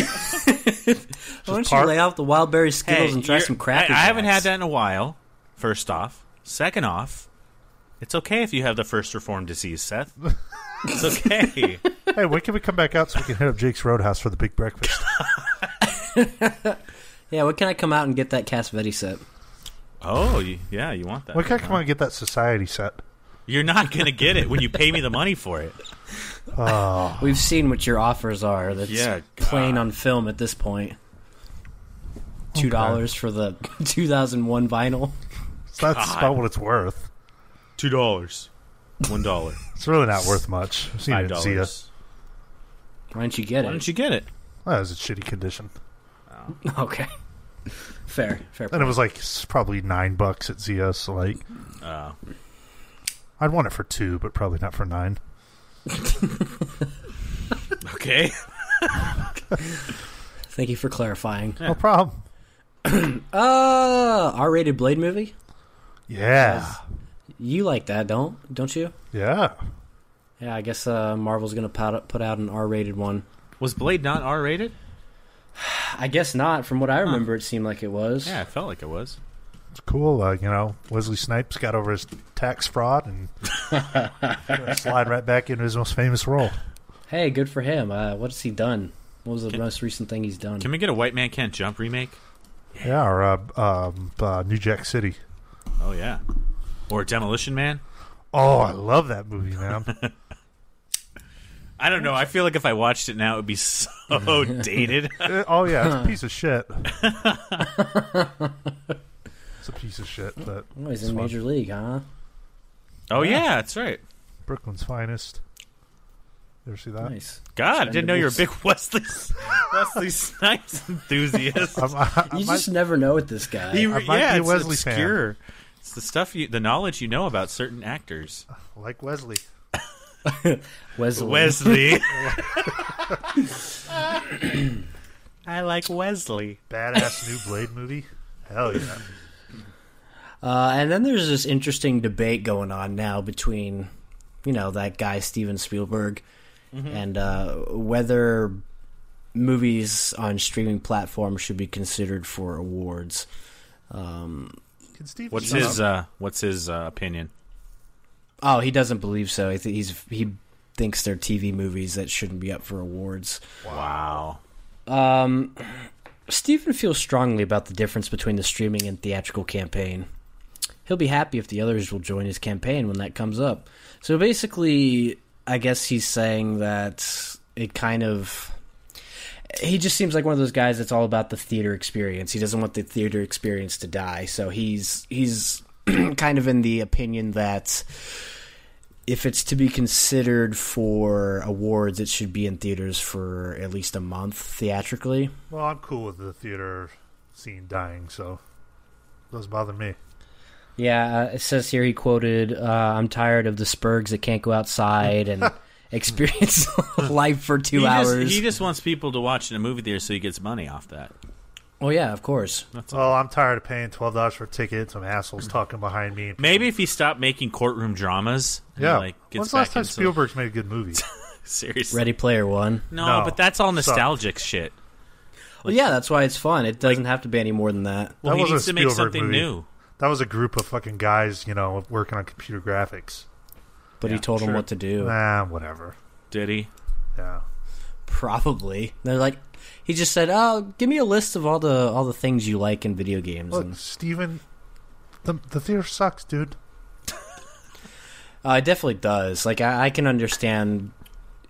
don't
part-
you lay out the wild berry
Hey,
Skittles and try
you're-
some Cracker
I, I haven't had
Jacks?
that in a while. First off, second off, it's okay if you have the first reformed disease, Seth. It's okay.
hey, when can we come back out so we can hit up Jake's Roadhouse for the big breakfast?
Yeah, when can I come out and get that Cassavetti set?
oh, you, yeah, you want that?
When can I
huh?
come out and get that society set?
You're not gonna get it when you pay me the money for it.
We've seen what your offers are. That's
Yeah, God.
playing on film at this point. Two dollars for the 2001 vinyl.
So that's
God.
about what it's worth.
Two dollars, one dollar,
It's really not worth much. I've seen
five
it in Zeta.
dollars.
Why don't you get
Why
it?
don't you get it?
That was in shitty condition.
Okay, fair, fair.
And it
Point.
was like s- probably nine bucks at Zia, so like
Uh,
I'd want it for two, but probably not for nine.
okay.
Thank you for clarifying.
No problem.
Uh, R-rated Blade movie.
Yeah.
You like that, don't don't you?
Yeah.
Yeah, I guess uh, Marvel's gonna put out- put out an R-rated one.
Was Blade not R-rated?
I guess not. From what I remember, it seemed like it was.
Yeah, it felt like it was.
It's cool. Uh, you know, Wesley Snipes got over his tax fraud and slide right back into his most famous role.
Hey, good for him. Uh, what has he done? What was the most recent thing he's done?
Can we get a White Man Can't Jump remake?
Yeah, or uh, um, uh, New Jack City.
Oh yeah. Or Demolition Man?
Oh, I love that movie, man.
I don't know. I feel like if I watched it now, it would be so dated.
Uh, oh yeah, it's a piece of shit. it's a piece of shit, but
Oh, he's
it's
in
fun.
Major League, huh?
Oh yeah, that's right.
Brooklyn's finest. You ever see that?
Nice.
God, I didn't know you were a big Wesley Wesley Snipes enthusiast.
I'm- I, I
You
might-
just never know with this guy.
You-
I might
yeah,
be a
it's
Wesley fan.
obscure. It's the stuff you, the knowledge you know about certain actors.
like Wesley.
Wesley.
Wesley. I like Wesley.
Badass new Blade movie. Hell yeah.
Uh, and then there's this interesting debate going on now between, you know, that guy Steven Spielberg,
Mm-hmm.
and uh, whether movies on streaming platforms should be considered for awards.
Can Steve
What's
shut
his
up?
uh, What's his uh, opinion?
Oh, he doesn't believe so. He th- he's he thinks they're TV movies that shouldn't be up for awards.
Wow.
Um, Stephen feels strongly about the difference between the streaming and theatrical campaign. He'll be happy if the others will join his campaign when that comes up. So basically, I guess he's saying that it kind of. He just seems like one of those guys that's all about the theater experience. He doesn't want the theater experience to die, so he's he's kind of in the opinion that if it's to be considered for awards, it should be in theaters for at least a month theatrically.
Well, I'm cool with the theater scene dying, so it doesn't bother me.
Yeah, uh, it says here he quoted, uh, "I'm tired of the Spurgs that can't go outside and experience life for two
he
hours."
Just, he just wants people to watch in a movie theater so he gets money off that.
oh yeah, of course.
Oh, I'm tired of paying twelve dollars for a ticket. Some assholes talking behind me.
Mm. Maybe if he stopped making courtroom dramas. and,
Yeah.
Like, gets
When's the
back
last time
into-
Spielberg's made a good movie?
Seriously.
Ready Player One.
No,
No.
but that's all
Sucked.
nostalgic shit.
Well, yeah, that's why it's fun. It doesn't have to be any more than that.
Well, he
wasn't
needs
a
to make
Spielberg
something
movie.
new.
That was a group of fucking guys, you know, working on computer graphics.
But he
Yeah,
told
sure.
him what to do.
Nah, whatever.
Did he?
Yeah.
Probably. They're like, he just said, "Oh, give me a list of all the all the things you like in video games."
Look,
And,
Steven, the, the theater sucks, dude.
uh, it definitely does. Like, I, I can understand.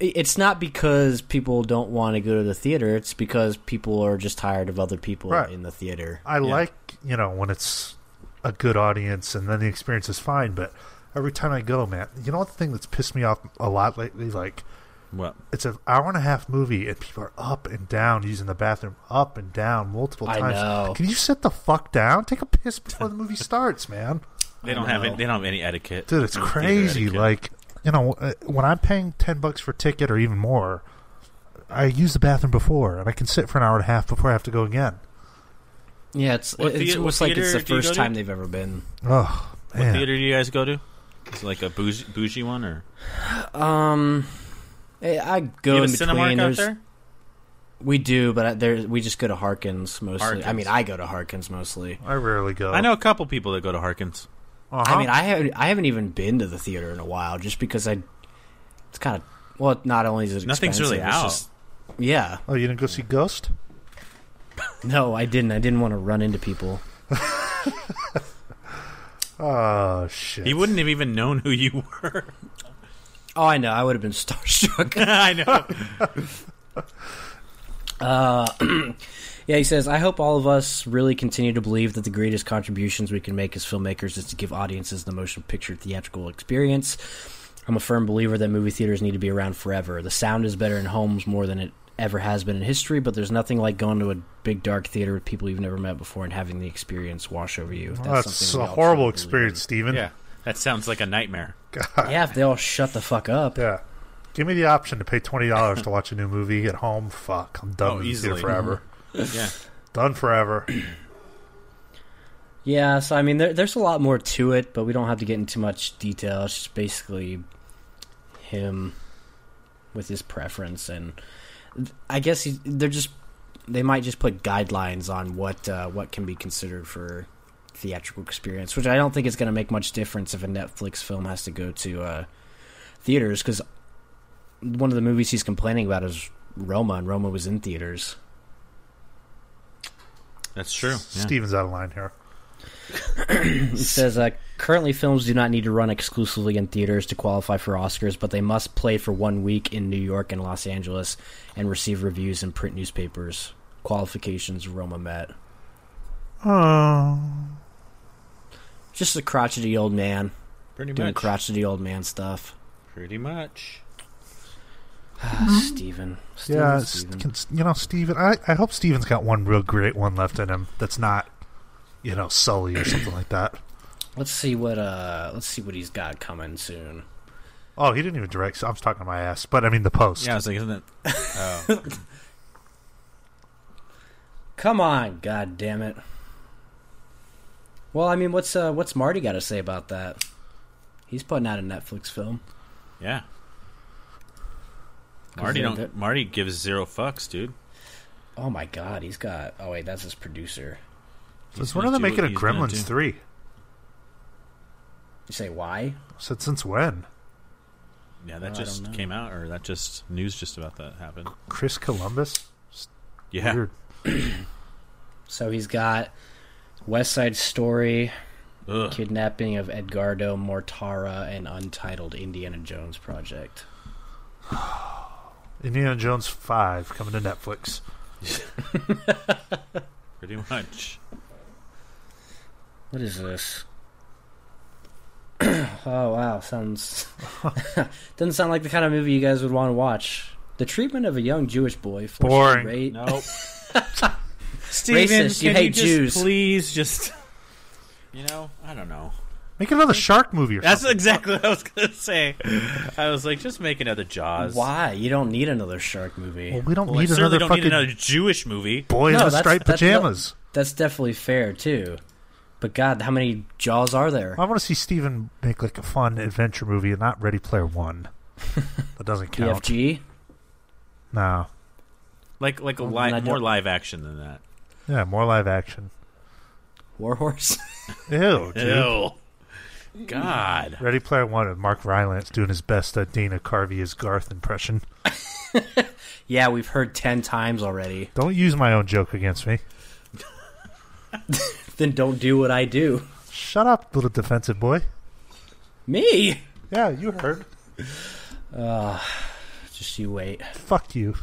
i- It's not because people don't want to go to the theater. It's because people are just tired of other people
Right.
in the theater.
I like, you know, when it's a good audience and then the experience is fine, but every time I go, man, you know what the thing that's pissed me off a lot lately? Like,
What?
It's an hour and a half movie, and people are up and down using the bathroom, up and down multiple
I
times.
know.
Can you sit the fuck down? Take a piss before the movie starts, man.
They don't have
know.
any, they don't have any etiquette.
Dude, it's
No theater
crazy.
etiquette.
Like, you know, uh, when I'm paying ten bucks for a ticket or even more, I use the bathroom before, and I can sit for an hour and a half before I have to go again.
Yeah, it's
What
it's
thea- what
almost like it's
theater
the
do you go
first
to?
time they've ever been.
Oh
what
man,
theater do you guys go to? Is it like a bougie, bougie one or
Um, I- I
do
go
you
in
have a
between.
Cinemark out
There's-
there?
We do, but I- there we just go to Harkins mostly. I
Harkins.
mean, I go to Harkins mostly.
I rarely go.
I know a couple people that go to Harkins.
Uh-huh.
I mean, I haven't I haven't even been to the theater in a while, just because I. It's kind of well. Not only is it
Nothing's
expensive,
really
it's
out.
just- yeah,
oh, you didn't go see Ghost?
no, I didn't. I didn't want to run into people.
Oh shit!
He wouldn't have even known who you were.
Oh, I know. I would have been starstruck.
I know.
Yeah, he says, I hope all of us really continue to believe that the greatest contributions we can make as filmmakers is to give audiences the motion picture theatrical experience. I'm a firm believer that movie theaters need to be around forever. The sound is better in homes more than it ever has been in history, but there's nothing like going to a big dark theater with people you've never met before and having the experience wash over you.
Oh, that's,
something we
a
all
horrible
truly believe in.
experience, Steven.
yeah, that sounds like a nightmare.
Yeah, if they all shut the fuck up.
Yeah. Give me the option to pay twenty dollars to watch a new movie at home. Fuck, I'm done
Oh,
with this theater
easily.
forever.
Yeah,
done forever.
Yeah, so I mean, there, there's a lot more to it, but we don't have to get into much detail. It's just basically him with his preference, and I guess he, they're just they might just put guidelines on what uh, what can be considered for theatrical experience, which I don't think is going to make much difference if a Netflix film has to go to uh, theaters because one of the movies he's complaining about is Roma, and Roma was in theaters.
that's true. Yeah.
Steven's out of line here.
It says uh, currently films do not need to run exclusively in theaters to qualify for Oscars, but they must play for one week in New York and Los Angeles and receive reviews in print newspapers. Qualifications Roma met.
Oh,
Just a crotchety old man
Pretty
doing
much.
crotchety old man stuff. Ah,
Pretty much.
Steven. Steven,
yeah. s-
Steven.
can- you know, Steven. I, I hope Steven's got one real great one left in him. That's not, you know, Sully or something like that.
Let's see what uh let's see what he's got coming soon.
Oh, he didn't even direct. So I was talking my ass, but I mean the post.
Yeah, I was like, isn't it? Oh.
Come on, god damn it. Well, I mean what's uh what's Marty gotta say about that? He's putting out a Netflix film.
Yeah. Marty
they-
don't.
they-
Marty gives zero fucks, dude.
Oh my god, he's got. Oh wait, that's his producer.
Since
He's
when
gonna
are they
do
making
what
a
he's gonna
Gremlins
do.
three?
You say why?
Said since when?
Yeah, that
I don't
just
know.
came out, or that just news just about that happened.
Chris Columbus.
Yeah,
Weird.
So he's got West Side Story,
Ugh.
Kidnapping of Edgardo Mortara, and Untitled Indiana Jones Project.
Indiana Jones five coming to Netflix.
pretty much.
What is this? oh wow, sounds doesn't sound like the kind of movie you guys would want to watch. The treatment of a young Jewish boy forced to
Boring.
rate-
Nope. Steven,
Racist, you
can
hate
just
Jews.
please just? You know, I don't know.
Make another shark movie or
That's
something.
exactly what I was gonna say. I was like, just make another Jaws.
Why? You don't need another shark movie.
Well, we don't
Well, I
need
certainly
another
don't
fucking
need another Jewish movie.
boy
No,
in the
that's-
striped
that's not-
pajamas.
That's definitely fair too. But God, how many Jaws are there?
I want to see Steven make like a fun adventure movie and not Ready Player One. that doesn't count.
PFG.
No.
Like, like a
Well,
li-
then I
more
don't-
live action than that.
Yeah, more live action.
Warhorse.
Ew, dude.
Ew. God.
Ready Player One with Mark Rylance doing his best uh, Dana Carvey as Garth impression.
yeah, we've heard ten times already.
Don't use my own joke against me.
Then don't do what I do.
Shut up, little defensive boy.
Me.
Yeah, you heard.
Just you wait.
Fuck you.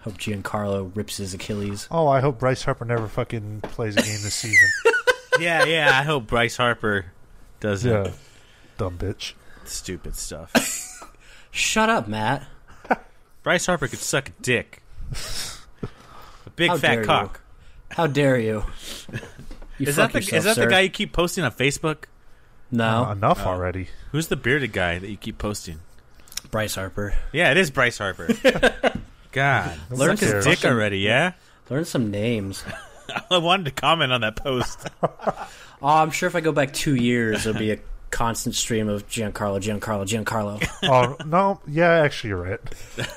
Hope Giancarlo rips his Achilles.
Oh, I hope Bryce Harper never fucking plays a game this season.
Yeah, yeah. I hope Bryce Harper does it.
Dumb bitch.
Stupid stuff.
Shut up, Matt.
Bryce Harper could suck a dick. A big
How dare
fat
you.
cock.
How dare you? You
Is that
fuck
the
yourself,
is that
sir.
the guy you keep posting on Facebook?
No,
Uh, enough already.
Who's the bearded guy that you keep posting?
Bryce Harper.
Yeah, it is Bryce Harper. God,
Learn
suck his
to-
dick already. Yeah,
Learn some names.
I wanted to comment on that post.
Oh, I'm sure if I go back two years, it'll be a constant stream of Giancarlo, Giancarlo, Giancarlo.
oh no, yeah, actually, you're right.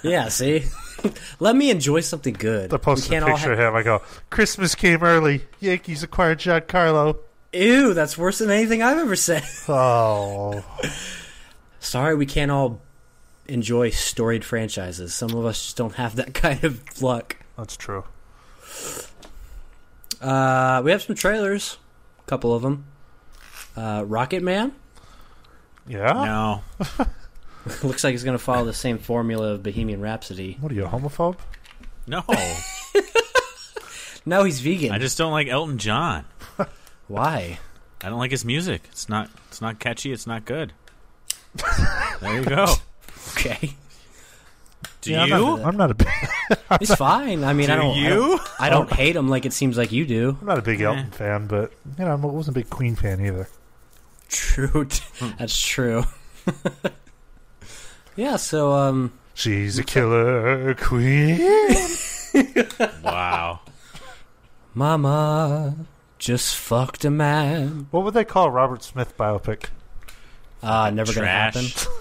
yeah, see, let me enjoy something good.
I posted a
all
picture
ha-
of him. I go, Christmas came early. Yankees acquired Giancarlo.
Ew, that's worse than anything I've ever said.
Oh,
Sorry, we can't all enjoy storied franchises. Some of us just don't have that kind of luck.
that's true.
Uh, we have some trailers, a couple of them. Uh, Rocket Man
Yeah.
No,
looks like it's going to follow the same formula of Bohemian Rhapsody.
What are you, a homophobe?
no,
No, he's vegan.
I just don't like Elton John.
Why?
I don't like his music. It's not. It's not catchy. It's not good. There you go.
Okay,
Do
Yeah, I'm
you?
not, I'm not a big,
he's fine. I mean, I
Do
don't. I
you? Oh.
don't- I don't hate him like it seems like you do.
I'm not a big
Eh.
Elton fan, but you know, I wasn't a big Queen fan either.
True. That's true. yeah, so um
She's a killer queen.
Wow.
Mama just fucked a man.
What would they call a Robert Smith biopic?
Uh never gonna
Trash.
happen.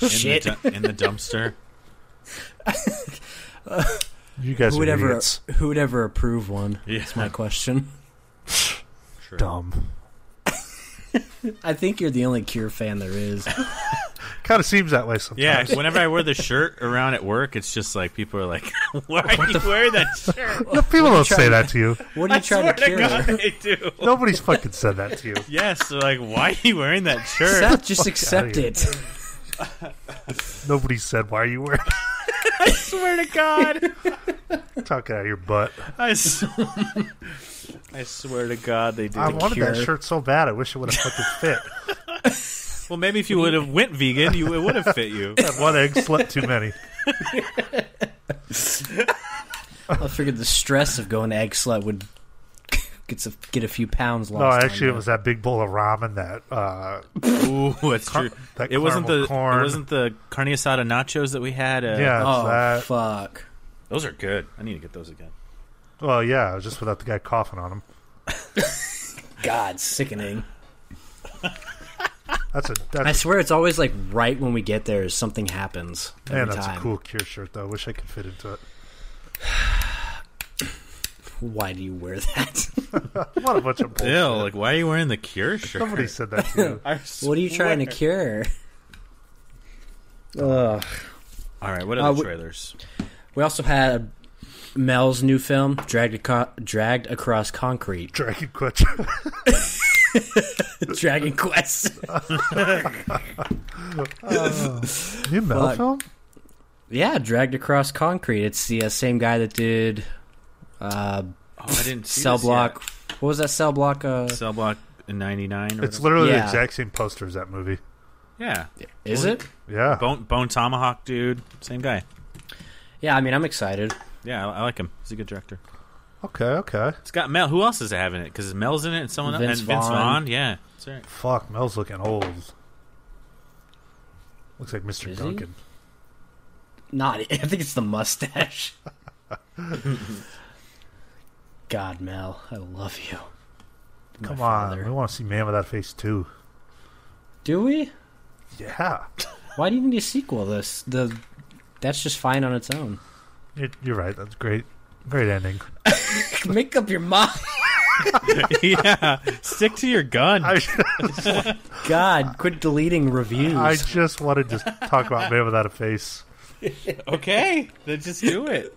In
Shit.
The du- in the dumpster.
You guys are
Who would ever
idiots.
who would ever approve one?
Yeah.
That's my question.
True.
Dumb.
I think you're the only Cure fan there is.
Kind of seems that way sometimes.
Yeah, whenever I wear the shirt around at work, it's just like people are like, "Why are you wearing that shirt?"
No, people don't say that to you.
What are you trying
I swear
to
to
cure?
God, they do.
Nobody's fucking said that to you.
Yes, they're like, "Why are you wearing that shirt?"
Seth, just
Fuck
accept
outta here.
it.
Nobody said why are you wearing
I swear to God,
talking out of your butt.
I, s- I swear to God, they do.
I wanted that
cure.
shirt so bad. I wish it would have fucking fit.
well, maybe if you would have went vegan, you it would have fit you.
Had one egg slept too many.
I figured the stress of going to egg slut would get a, get a few pounds lost.
No,
on
actually,
you.
it was that big bowl of ramen that uh,
Ooh, that's true.
that
It wasn't
caramel
the
corn.
it wasn't the carne asada nachos that we had. Uh,
yeah, it's
Oh
that.
fuck.
those are good. I need to get those again.
Well, yeah, it was just without the guy coughing on him.
God, sickening.
That's a
I
that's,
swear it's always like right when we get there, something happens. Every
man, that's
time.
a cool cure shirt though. I wish I could fit into it.
Why do you wear that?
What a bunch of bullshit.
Bill, like, why are you wearing the Cure shirt?
Nobody said that to you.
I
what are you trying to
swear.
cure?
All right, what
Uh,
other
we-
trailers?
We also had Mel's new film, Dragged, Aco- Dragged Across Concrete,
Dragon Quest.
Dragon Quest.
New metal
Fuck.
film?
yeah, Dragged Across Concrete. It's the uh, same guy that did uh,
Oh, I didn't see
Cell
this
Block. What was that Cell Block? Uh,
yet. Cell Block in '99.
It's literally the
Yeah.
exact same poster as that movie.
yeah,
is it?
Yeah.
Bone Bone Tomahawk dude, same guy.
Yeah, I mean, I'm excited.
Yeah, I, I like him. He's a good director.
Okay, okay.
It's got Mel. Who else is having it? Because Mel's in it, and someone else,
Vince
and Vince
Vaughn.
Vaughn. Yeah, that's right.
Fuck, Mel's looking old. Looks like Mr.
Is he?
Duncan.
Not, I think it's the mustache. God, Mel, I love you. My
Come
father.
on, we want to see Man Without Face too.
Do we?
Yeah,
Why do you need a sequel? This the that's just fine on its own.
you're, you're right. That's great. Great ending.
Make up your mind.
yeah, stick to your gun.
I,
God, quit deleting reviews.
I just wanted to talk about Man Without a Face.
okay, then just do it.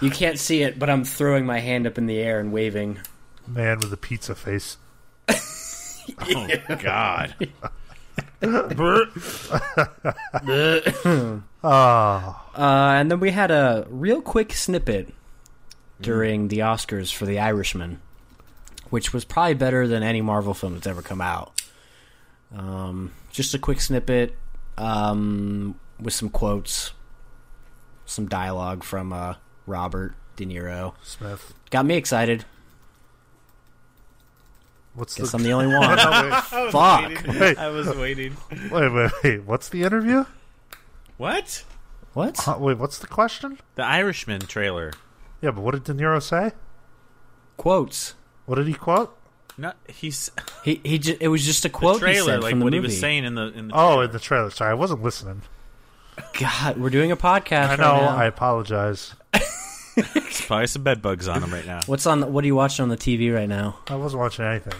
you can't see it, but I'm throwing my hand up in the air and waving.
Man with a pizza face.
oh God.
Oh,
Uh, and then we had a real quick snippet
Hmm.
during the Oscars for The Irishman, which was probably better than any Marvel film that's ever come out. Um, just a quick snippet um, with some quotes some dialogue from uh, Robert De Niro.
Smith.
Got me excited.
What's
Guess
the
I'm the only one.
Oh,
Fuck.
wait,
I was waiting.
wait, wait, wait, wait. What's the interview?
What?
What?
Huh, wait, what's the question?
The Irishman trailer.
Yeah, but what did De Niro say?
Quotes.
What did he quote?
No, he's
He he. Ju- it was just a quote. he
trailer,
said
like
from the
what
movie.
he was saying in the in the.
Oh, in the trailer. Sorry, I wasn't listening.
God, we're doing a podcast.
I
right
know.
now.
I apologize.
There's probably some bed bugs on him right now.
What's on? The, what are you watching on the TV right now?
I wasn't watching anything.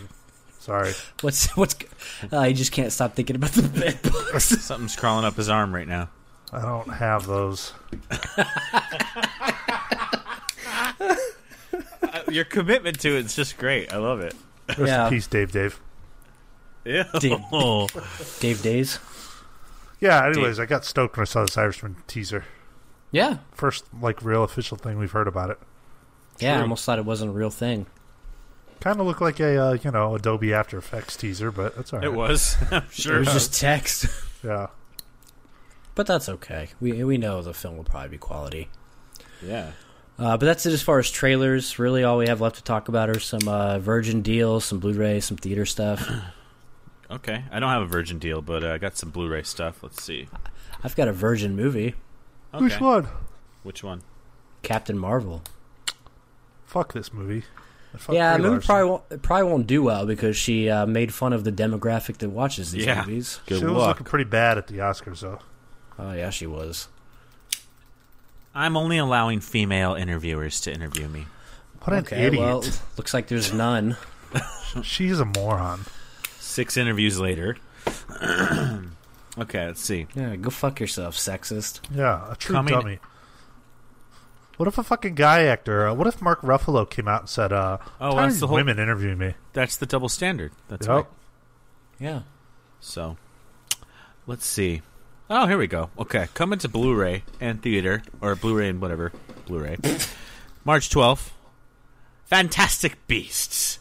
Sorry.
What's what's? I just can't stop thinking about the bed bugs.
Something's crawling up his arm right now.
I don't have those.
Uh, your commitment to it's just great. I love it.
Rest
Yeah.
in peace, Dave. Dave.
Ew.
Dave Days.
Yeah. Anyways, I got stoked when I saw this Irishman teaser.
Yeah,
First, like, real official thing we've heard about it.
yeah. I
True.
almost thought it wasn't a real thing.
Kind of looked like a uh, you know Adobe After Effects teaser, but that's all right.
It was. I'm
It
sure.
was just text.
Yeah.
But that's okay. We we know the film will probably be quality.
yeah.
Uh, but that's it as far as trailers. Really, all we have left to talk about are some uh, Virgin deals, some Blu-ray, some theater stuff.
Okay. I don't have a Virgin deal, but uh, I got some Blu-ray stuff. Let's see.
I've got a Virgin movie,
Okay.
Which one?
Which one?
Captain Marvel.
Fuck this movie. And fuck
yeah,
Brie
the movie
Larson.
probably won't, it probably won't do well because she uh, made fun of the demographic that watches these
Yeah.
movies.
Good
She was
luck.
looking pretty bad at the Oscars, though.
Oh yeah, she was.
I'm only allowing female interviewers to interview me.
What an
okay,
idiot.
well, looks like there's none.
She's a moron.
Six interviews later. okay. Let's see.
Yeah, go fuck yourself, sexist.
Yeah, a true
Coming-
dummy. What if a fucking guy actor? Uh, what if Mark Ruffalo came out and said, uh,
Oh,
"Tired
that's
of
the whole-
women interviewing me"?
That's the double standard. That's
Yep.
right.
Yeah.
So, let's see. Oh, here we go. Okay, coming to Blu-ray and theater or Blu-ray and whatever Blu-ray, March twelfth. Fantastic Beasts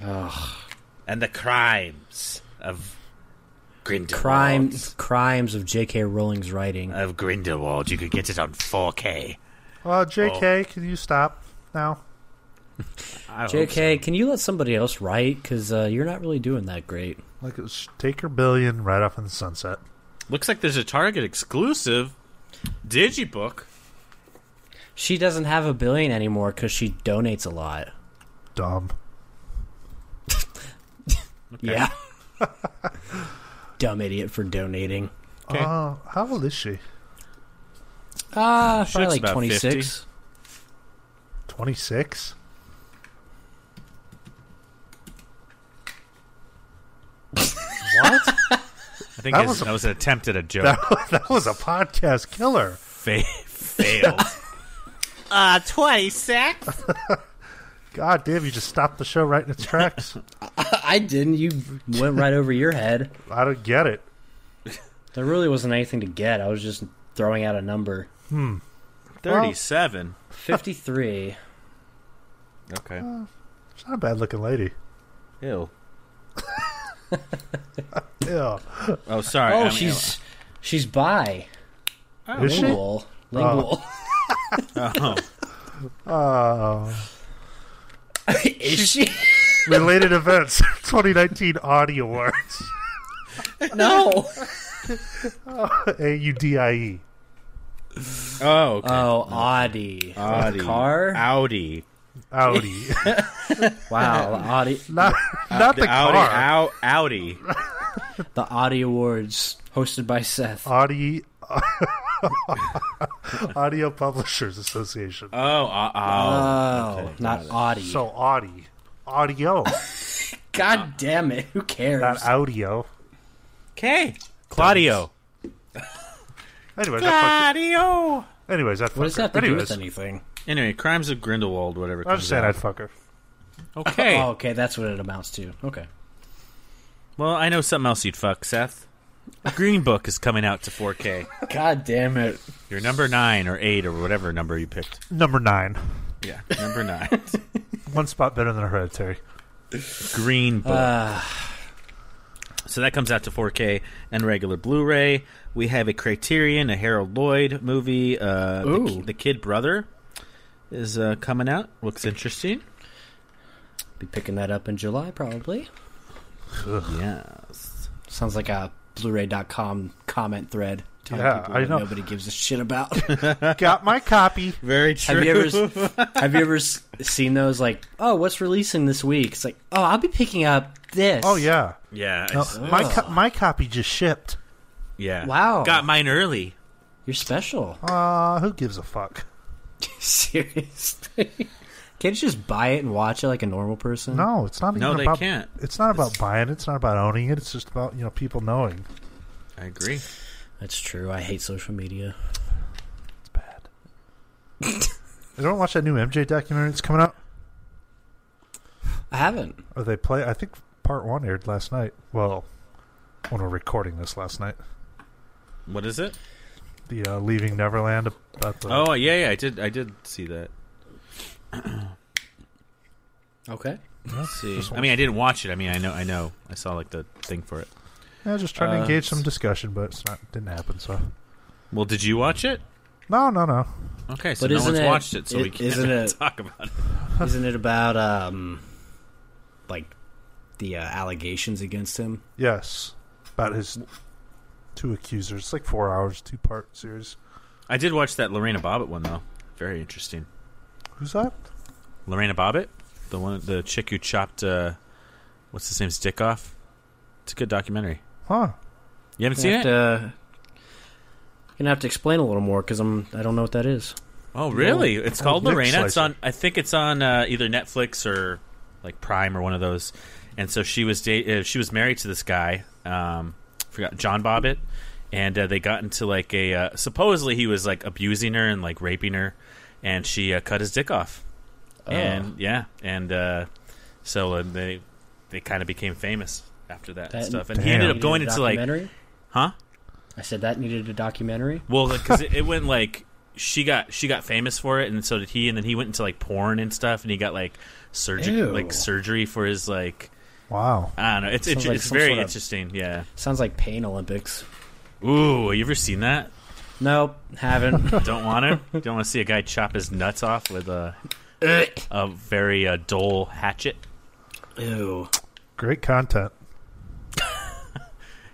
and the Crimes of Grindelwald.
Crime, crimes of J.K. Rowling's writing.
of Grindelwald. You could get it on 4K.
Uh,
Oh.
J.K., can you stop now?
I hope
J.K., can you let somebody else write? Because uh, you're not really doing that great.
Like, it was, take your billion right off in the sunset.
so. looks like there's a Target exclusive digibook.
She doesn't have a billion anymore because she donates a lot.
Dumb.
Yeah. Dumb idiot for donating.
Okay.
Uh, how old is she?
Ah,
She
probably
looks
like
about
26.
Twenty six. what?
I think
That
it's-
was a-
that was an attempt at a joke.
That, that was a podcast killer.
Fa- failed. uh, 26?
God damn, you just stopped the show right in its tracks.
I didn't. You went right over your head.
I don't get it.
There really wasn't anything to get. I was just throwing out a number.
37.
53.
Okay.
She's not a bad looking lady.
Ew.
Yeah.
Oh, sorry. I
oh,
mean,
she's she's bi.
Is she?
Lingual. Lingual. Uh-huh.
Oh,
Oh.
Is she?
Related events 2019 Audi Awards.
no.
A U D I E.
oh okay.
Oh, Audi.
Audi.
Car?
Audi.
Audi.
Wow, Audi.
not not the,
Audi.
car.
Au- Audi.
The Audi Awards hosted by Seth.
Audi. Audio Publishers Association.
Oh, uh, oh.
Oh, not Audi.
so Audi. Audio.
God damn it! Who cares?
not audio.
Okay. Claudio.
Anyways, I
Claudio.
fuck, anyways, I fuck
what does
her.
that have to do
anyways,
with anything?
Anyway, Crimes of Grindelwald, whatever.
I'm just
comes
saying
out.
I'd fuck her.
Okay.
Oh, okay, that's what it amounts to. Okay.
Well, I know something else you'd fuck, Seth. Green Book is coming out to 4K.
God damn it!
Your number nine or eight or whatever number you picked.
Number nine.
Yeah, number nine.
One spot better than Hereditary.
Ah.
Green Book. So that comes out to 4K and regular Blu-ray. We have a Criterion, a Harold Lloyd movie. Uh, the, Ki-
Ooh.
the Kid Brother is uh, coming out. Looks interesting.
Be picking that up in July, probably.
Yes.
Sounds like a Blu-ray.com comment thread. telling
Yeah,
people
I
what
know.
Nobody gives a shit about.
Got my copy.
Very true.
have you ever have you ever s- seen those? Like, oh, what's releasing this week? It's like, oh, I'll be picking up this.
Oh yeah,
yeah.
No,
it's-
my co- my copy just shipped.
yeah.
Wow.
Got mine early.
you're special.
Uh, who gives a fuck?
Seriously, can't you just buy it and watch it like a normal person?
No, it's not. Even
No, they
about,
can't.
It's not about buying. it, It's not about owning it. It's just about you know people knowing.
I agree.
that's true. I hate social media.
It's bad. I don't watch that new MJ documentary that's coming out.
I haven't.
Or they play. I think part one aired last night. Well, when we're recording this last night,
What is it?
the uh, Leaving Neverland about the
Oh yeah, yeah. I did. I did see that.
Okay.
Let's see. I mean, I didn't watch it. I mean, I know. I know. I saw like the thing for it.
Yeah, just trying to
Uh,
engage some discussion, but it's not didn't happen. So
Well, did you watch it?
no, no, no.
Okay, so
But
no
isn't
one's
it-
watched it, so
it-
we can't
isn't it-
talk about it.
Isn't it about um, like the uh, allegations against him?
Yes, about his two accusers. It's like four hours, two part series.
I did watch that Lorena Bobbitt one though. Very interesting.
Who's that?
Lorena Bobbitt, the one, the chick who chopped, uh, what's his name's dick off. It's a good documentary.
Huh?
You haven't
Gonna
seen it?
have to- gonna have to explain a little more because I'm I don't know what that is.
oh, really? It's
Oh,
called
Nick
Lorena. It's
Slicer.
on. I think it's on uh, either Netflix or like Prime or one of those. And so she was date. Uh, she was married to this guy. Um, forgot John Bobbitt, and uh, they got into like a. Uh, supposedly he was like abusing her and like raping her, and she uh, cut his dick off. And yeah, and uh, so uh, they they kind of became famous after that,
That-
stuff. And he
Damn.
ended up
Needed
going
a
into like
documentary?
Huh?
I said that needed a documentary.
Well, because it, it went like she got she got famous for it, and so did he. And then he went into like porn and stuff, and he got like surgery
Ew.
like surgery for his like
Wow.
I don't know. It's
Sounds
it's,
like
it's
some
very
sort of-
interesting. Yeah.
Sounds like Pain Olympics.
Ooh, you ever seen that?
Nope, haven't.
Don't want to. Don't want to see a guy chop his nuts off with a a very uh, dull hatchet.
Ew.
Great content.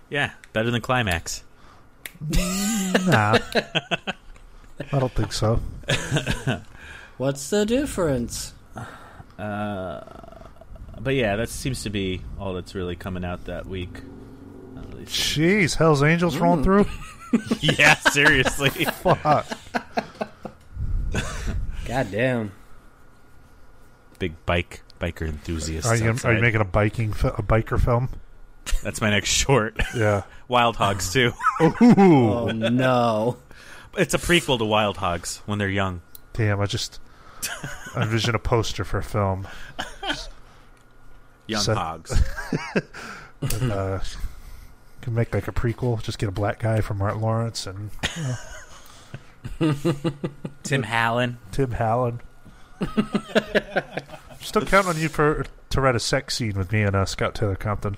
Yeah, better than climax.
Nah. I don't think so.
What's the difference?
Uh, But yeah, that seems to be all that's really coming out that week. At least
Jeez, Hell's
Mm.
Angels rolling through.
yeah, seriously.
Fuck.
God damn.
Big bike biker enthusiast.
Are you, are you
outside.
making a biking fi- a biker film?
That's my next short.
Yeah.
Wild Hogs too.
Ooh.
Oh no.
it's a prequel to Wild Hogs when they're young.
Damn! I just I envision a poster for a film.
Young
So-
Hogs.
Uh, can make like a prequel. Just get a black guy from Martin Lawrence and
Tim Hallen.
Tim Hallen. Still counting on you for to write a sex scene with me and uh, Scout Taylor Compton.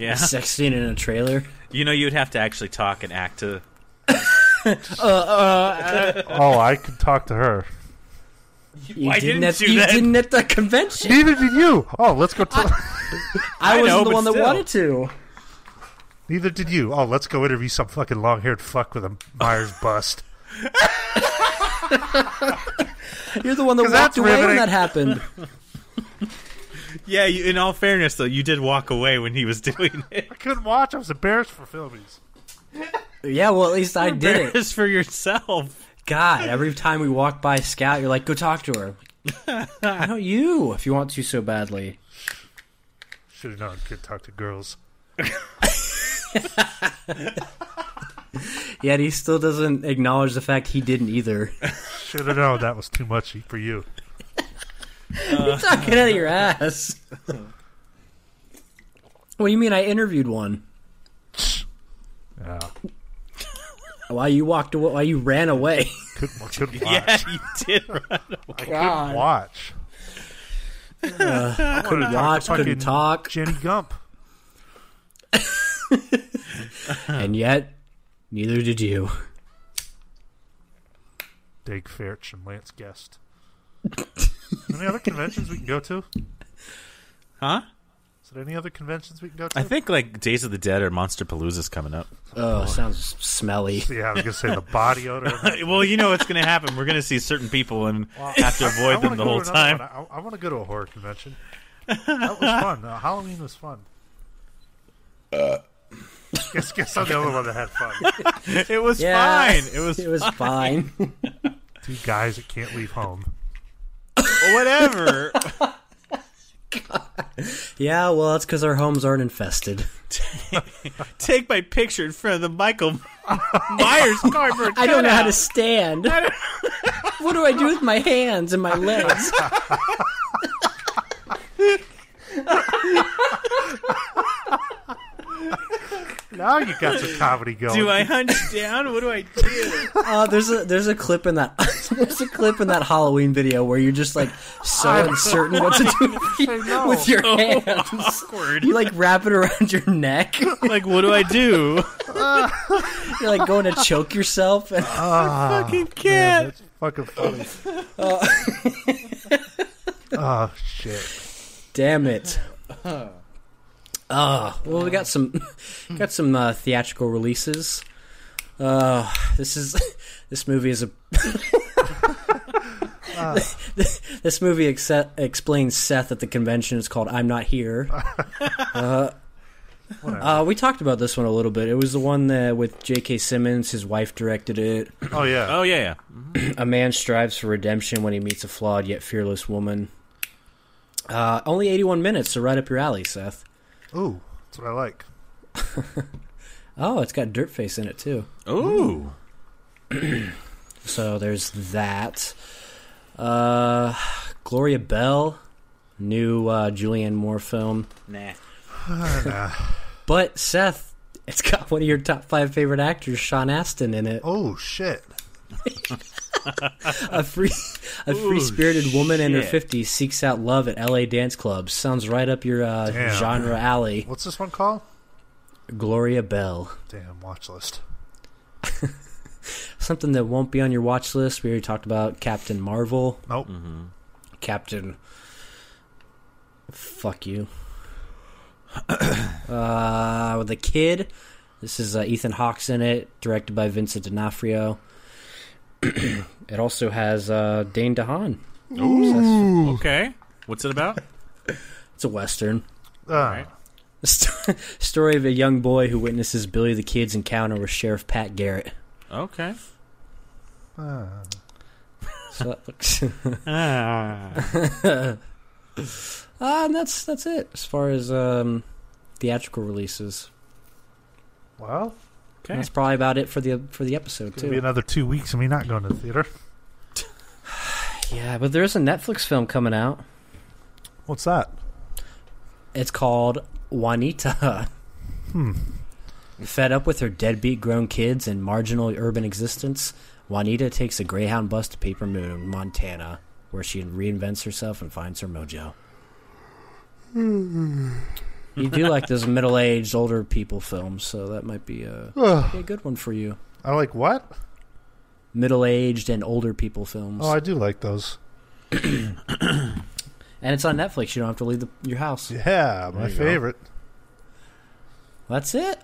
Yeah.
Sex scene in a trailer.
You know you'd have to actually talk and act to
Oh, I could talk to her.
You
Why
didn't,
didn't
at,
you
you
then?
didn't at the convention.
Neither did you. Oh, let's go. To-
I,
I
wasn't
know,
the
but
one that
still.
wanted to.
Neither did you. Oh, let's go interview some fucking long-haired fuck with a Myers bust.
You're the one that
'Cause
walked
that's
away when
riveting.
that happened.
Yeah, you, in all fairness though, you did walk away when he was doing it.
I couldn't watch. I was embarrassed for filmies.
yeah, well at least I did it.
Just for yourself.
God, every time we walk by Scout, you're like, go talk to her. Why don't you, if you want to so badly?
Should have known. Could talk to girls.
Yet he still doesn't acknowledge the fact he didn't either.
Should have known that was too much for you.
Get out of your ass. What do you mean I interviewed one?
Yeah.
Why you walked away? Why you ran away?
Couldn't, couldn't watch.
Yeah, you did.
Watch. I wanted to
Watch, Uh,
fucking
couldn't talk.
Jenny Gump.
and yet, neither did you.
Dag Ferch and Lance Guest. any other conventions we can go to?
Huh?
Is there any other conventions we can go to?
I think like Days of the Dead or Monster Palooza's coming up.
Oh, sounds smelly.
Yeah, I was gonna say the body odor.
well, you know what's going to happen. We're going to see certain people and have to
I
avoid
wanna
them the
go
whole
to another
time.
one. I, want to go to a horror convention. That was fun. Uh, Halloween was fun. Uh. guess guess I'm the only one that had fun.
It was
Yeah.
fine. It was
It was fine.
Two guys that can't leave home.
whatever.
yeah, well, that's because our homes aren't infested.
Take my picture in front of the Michael Myers cardboard.
I don't know how to
cutout.
stand. what do I do with my hands and my legs?
Now you got some comedy going.
Do I hunch down? What do I do?
Uh, there's a there's a clip in that there's a clip in that Halloween video where you're just like so uncertain what to do with your-
know.
with your hands.
Awkward.
You like wrap it around your neck. You're
Like, what do I do?
like going to choke yourself. And,
Fucking cat.
That's fucking funny.
Uh.
oh shit!
damn it. Oh, well, we got some got some uh, theatrical releases. Uh, this is this movie is a this movie exce- explains Seth at the convention. It's called "I'm Not Here."
Whatever.
Uh, we talked about this one a little bit. It was the one that with J.K. Simmons, his wife directed it.
oh yeah.
Oh yeah, yeah.
a man strives for redemption when he meets a flawed yet fearless woman. Uh, only 81 minutes, so right up your alley, Seth.
Uh.
Ooh, that's what I like.
Oh, it's got Dirtface in it too.
Ooh.
So there's that. Uh, Gloria Bell, new uh, Julianne Moore film.
Nah.
But Seth, it's got one of your top five favorite actors, Sean Astin, in it.
Oh shit!
A free, a free-spirited woman in her
shit.
50s seeks out love at LA dance clubs. Sounds right up your uh,
Damn.
genre alley.
What's this one called?
Gloria Bell.
Damn watch list.
something that won't be on your watch list. We already talked about Captain Marvel,
Nope.
Captain. Fuck you. uh, with the kid. This is uh, Ethan Hawke's in it, directed by Vincent D'Onofrio. it also has uh, Dane DeHaan.
Okay. What's it about?
It's a western.
Uh,
Alright.
St- story of a young boy who witnesses Billy the Kid's encounter with Sheriff Pat Garrett.
Okay.
uh,
So that looks.
Ah.
Uh, and that's that's it as far as um, theatrical releases.
well,
Okay.
That's probably about it for the for the episode
it'll be
too.
another two weeks and me not going to the theater.
Yeah, but there is a Netflix film coming out.
What's that?
It's called Juanita.
Hmm.
Fed up with her deadbeat grown kids and marginal urban existence, Juanita takes a Greyhound bus to Paper Moon, Montana, where she reinvents herself and finds her mojo.
Hmm.
you do like those middle-aged, older people films, so that might be a,
Ugh.
be a good one for you.
I like what?
Middle-aged and older people films.
Oh, I do like those.
And it's on Netflix. You don't have to leave the, your house.
Yeah, my
There you go.
favorite.
That's it.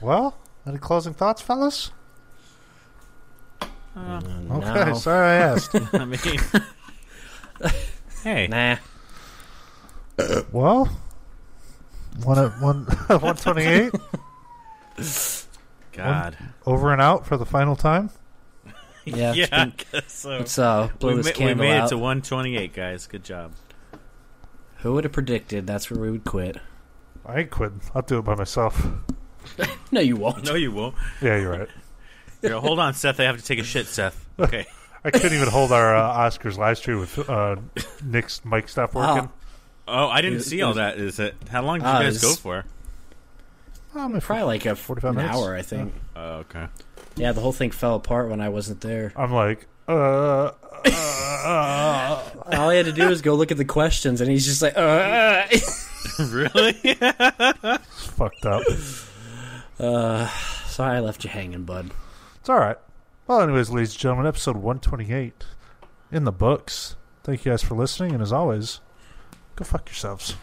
Well, any closing thoughts, fellas? Okay,
Oh.
No.
sorry I asked.
I mean, hey.
Nah.
well, one at one one twenty eight
God.
over and out for the final time.
Yeah.
yeah.
It's
I
been,
guess so.
let's uh, blow
We,
this
ma- we
candle
made
out.
it to 128, guys. Good job.
Who would have predicted that's where we would quit?
I ain't quitting. I'll do it by myself.
No, you won't.
No, you won't.
Yeah, you're right.
Here, hold on, Seth. I have to take a shit, Seth. Okay.
I couldn't even hold our uh, Oscars live stream with uh, Nick's mic stopped working.
Oh, I didn't
Is-
see all
is-
that. Is it? How long did
Ah,
you guys
is-
go for?
Oh, my fr-
Probably like a
45
an
minutes?
hour, I think.
Oh, okay.
Yeah. the whole thing fell apart when I wasn't there.
I'm like, uh, uh, uh,
All I had to do was go look at the questions, and he's just like, uh, uh.
really?
it's fucked up.
Sorry I left you hanging, bud.
It's all right. Well, anyways, ladies and gentlemen, episode 128 in the books. Thank you guys for listening, and as always, go fuck yourselves.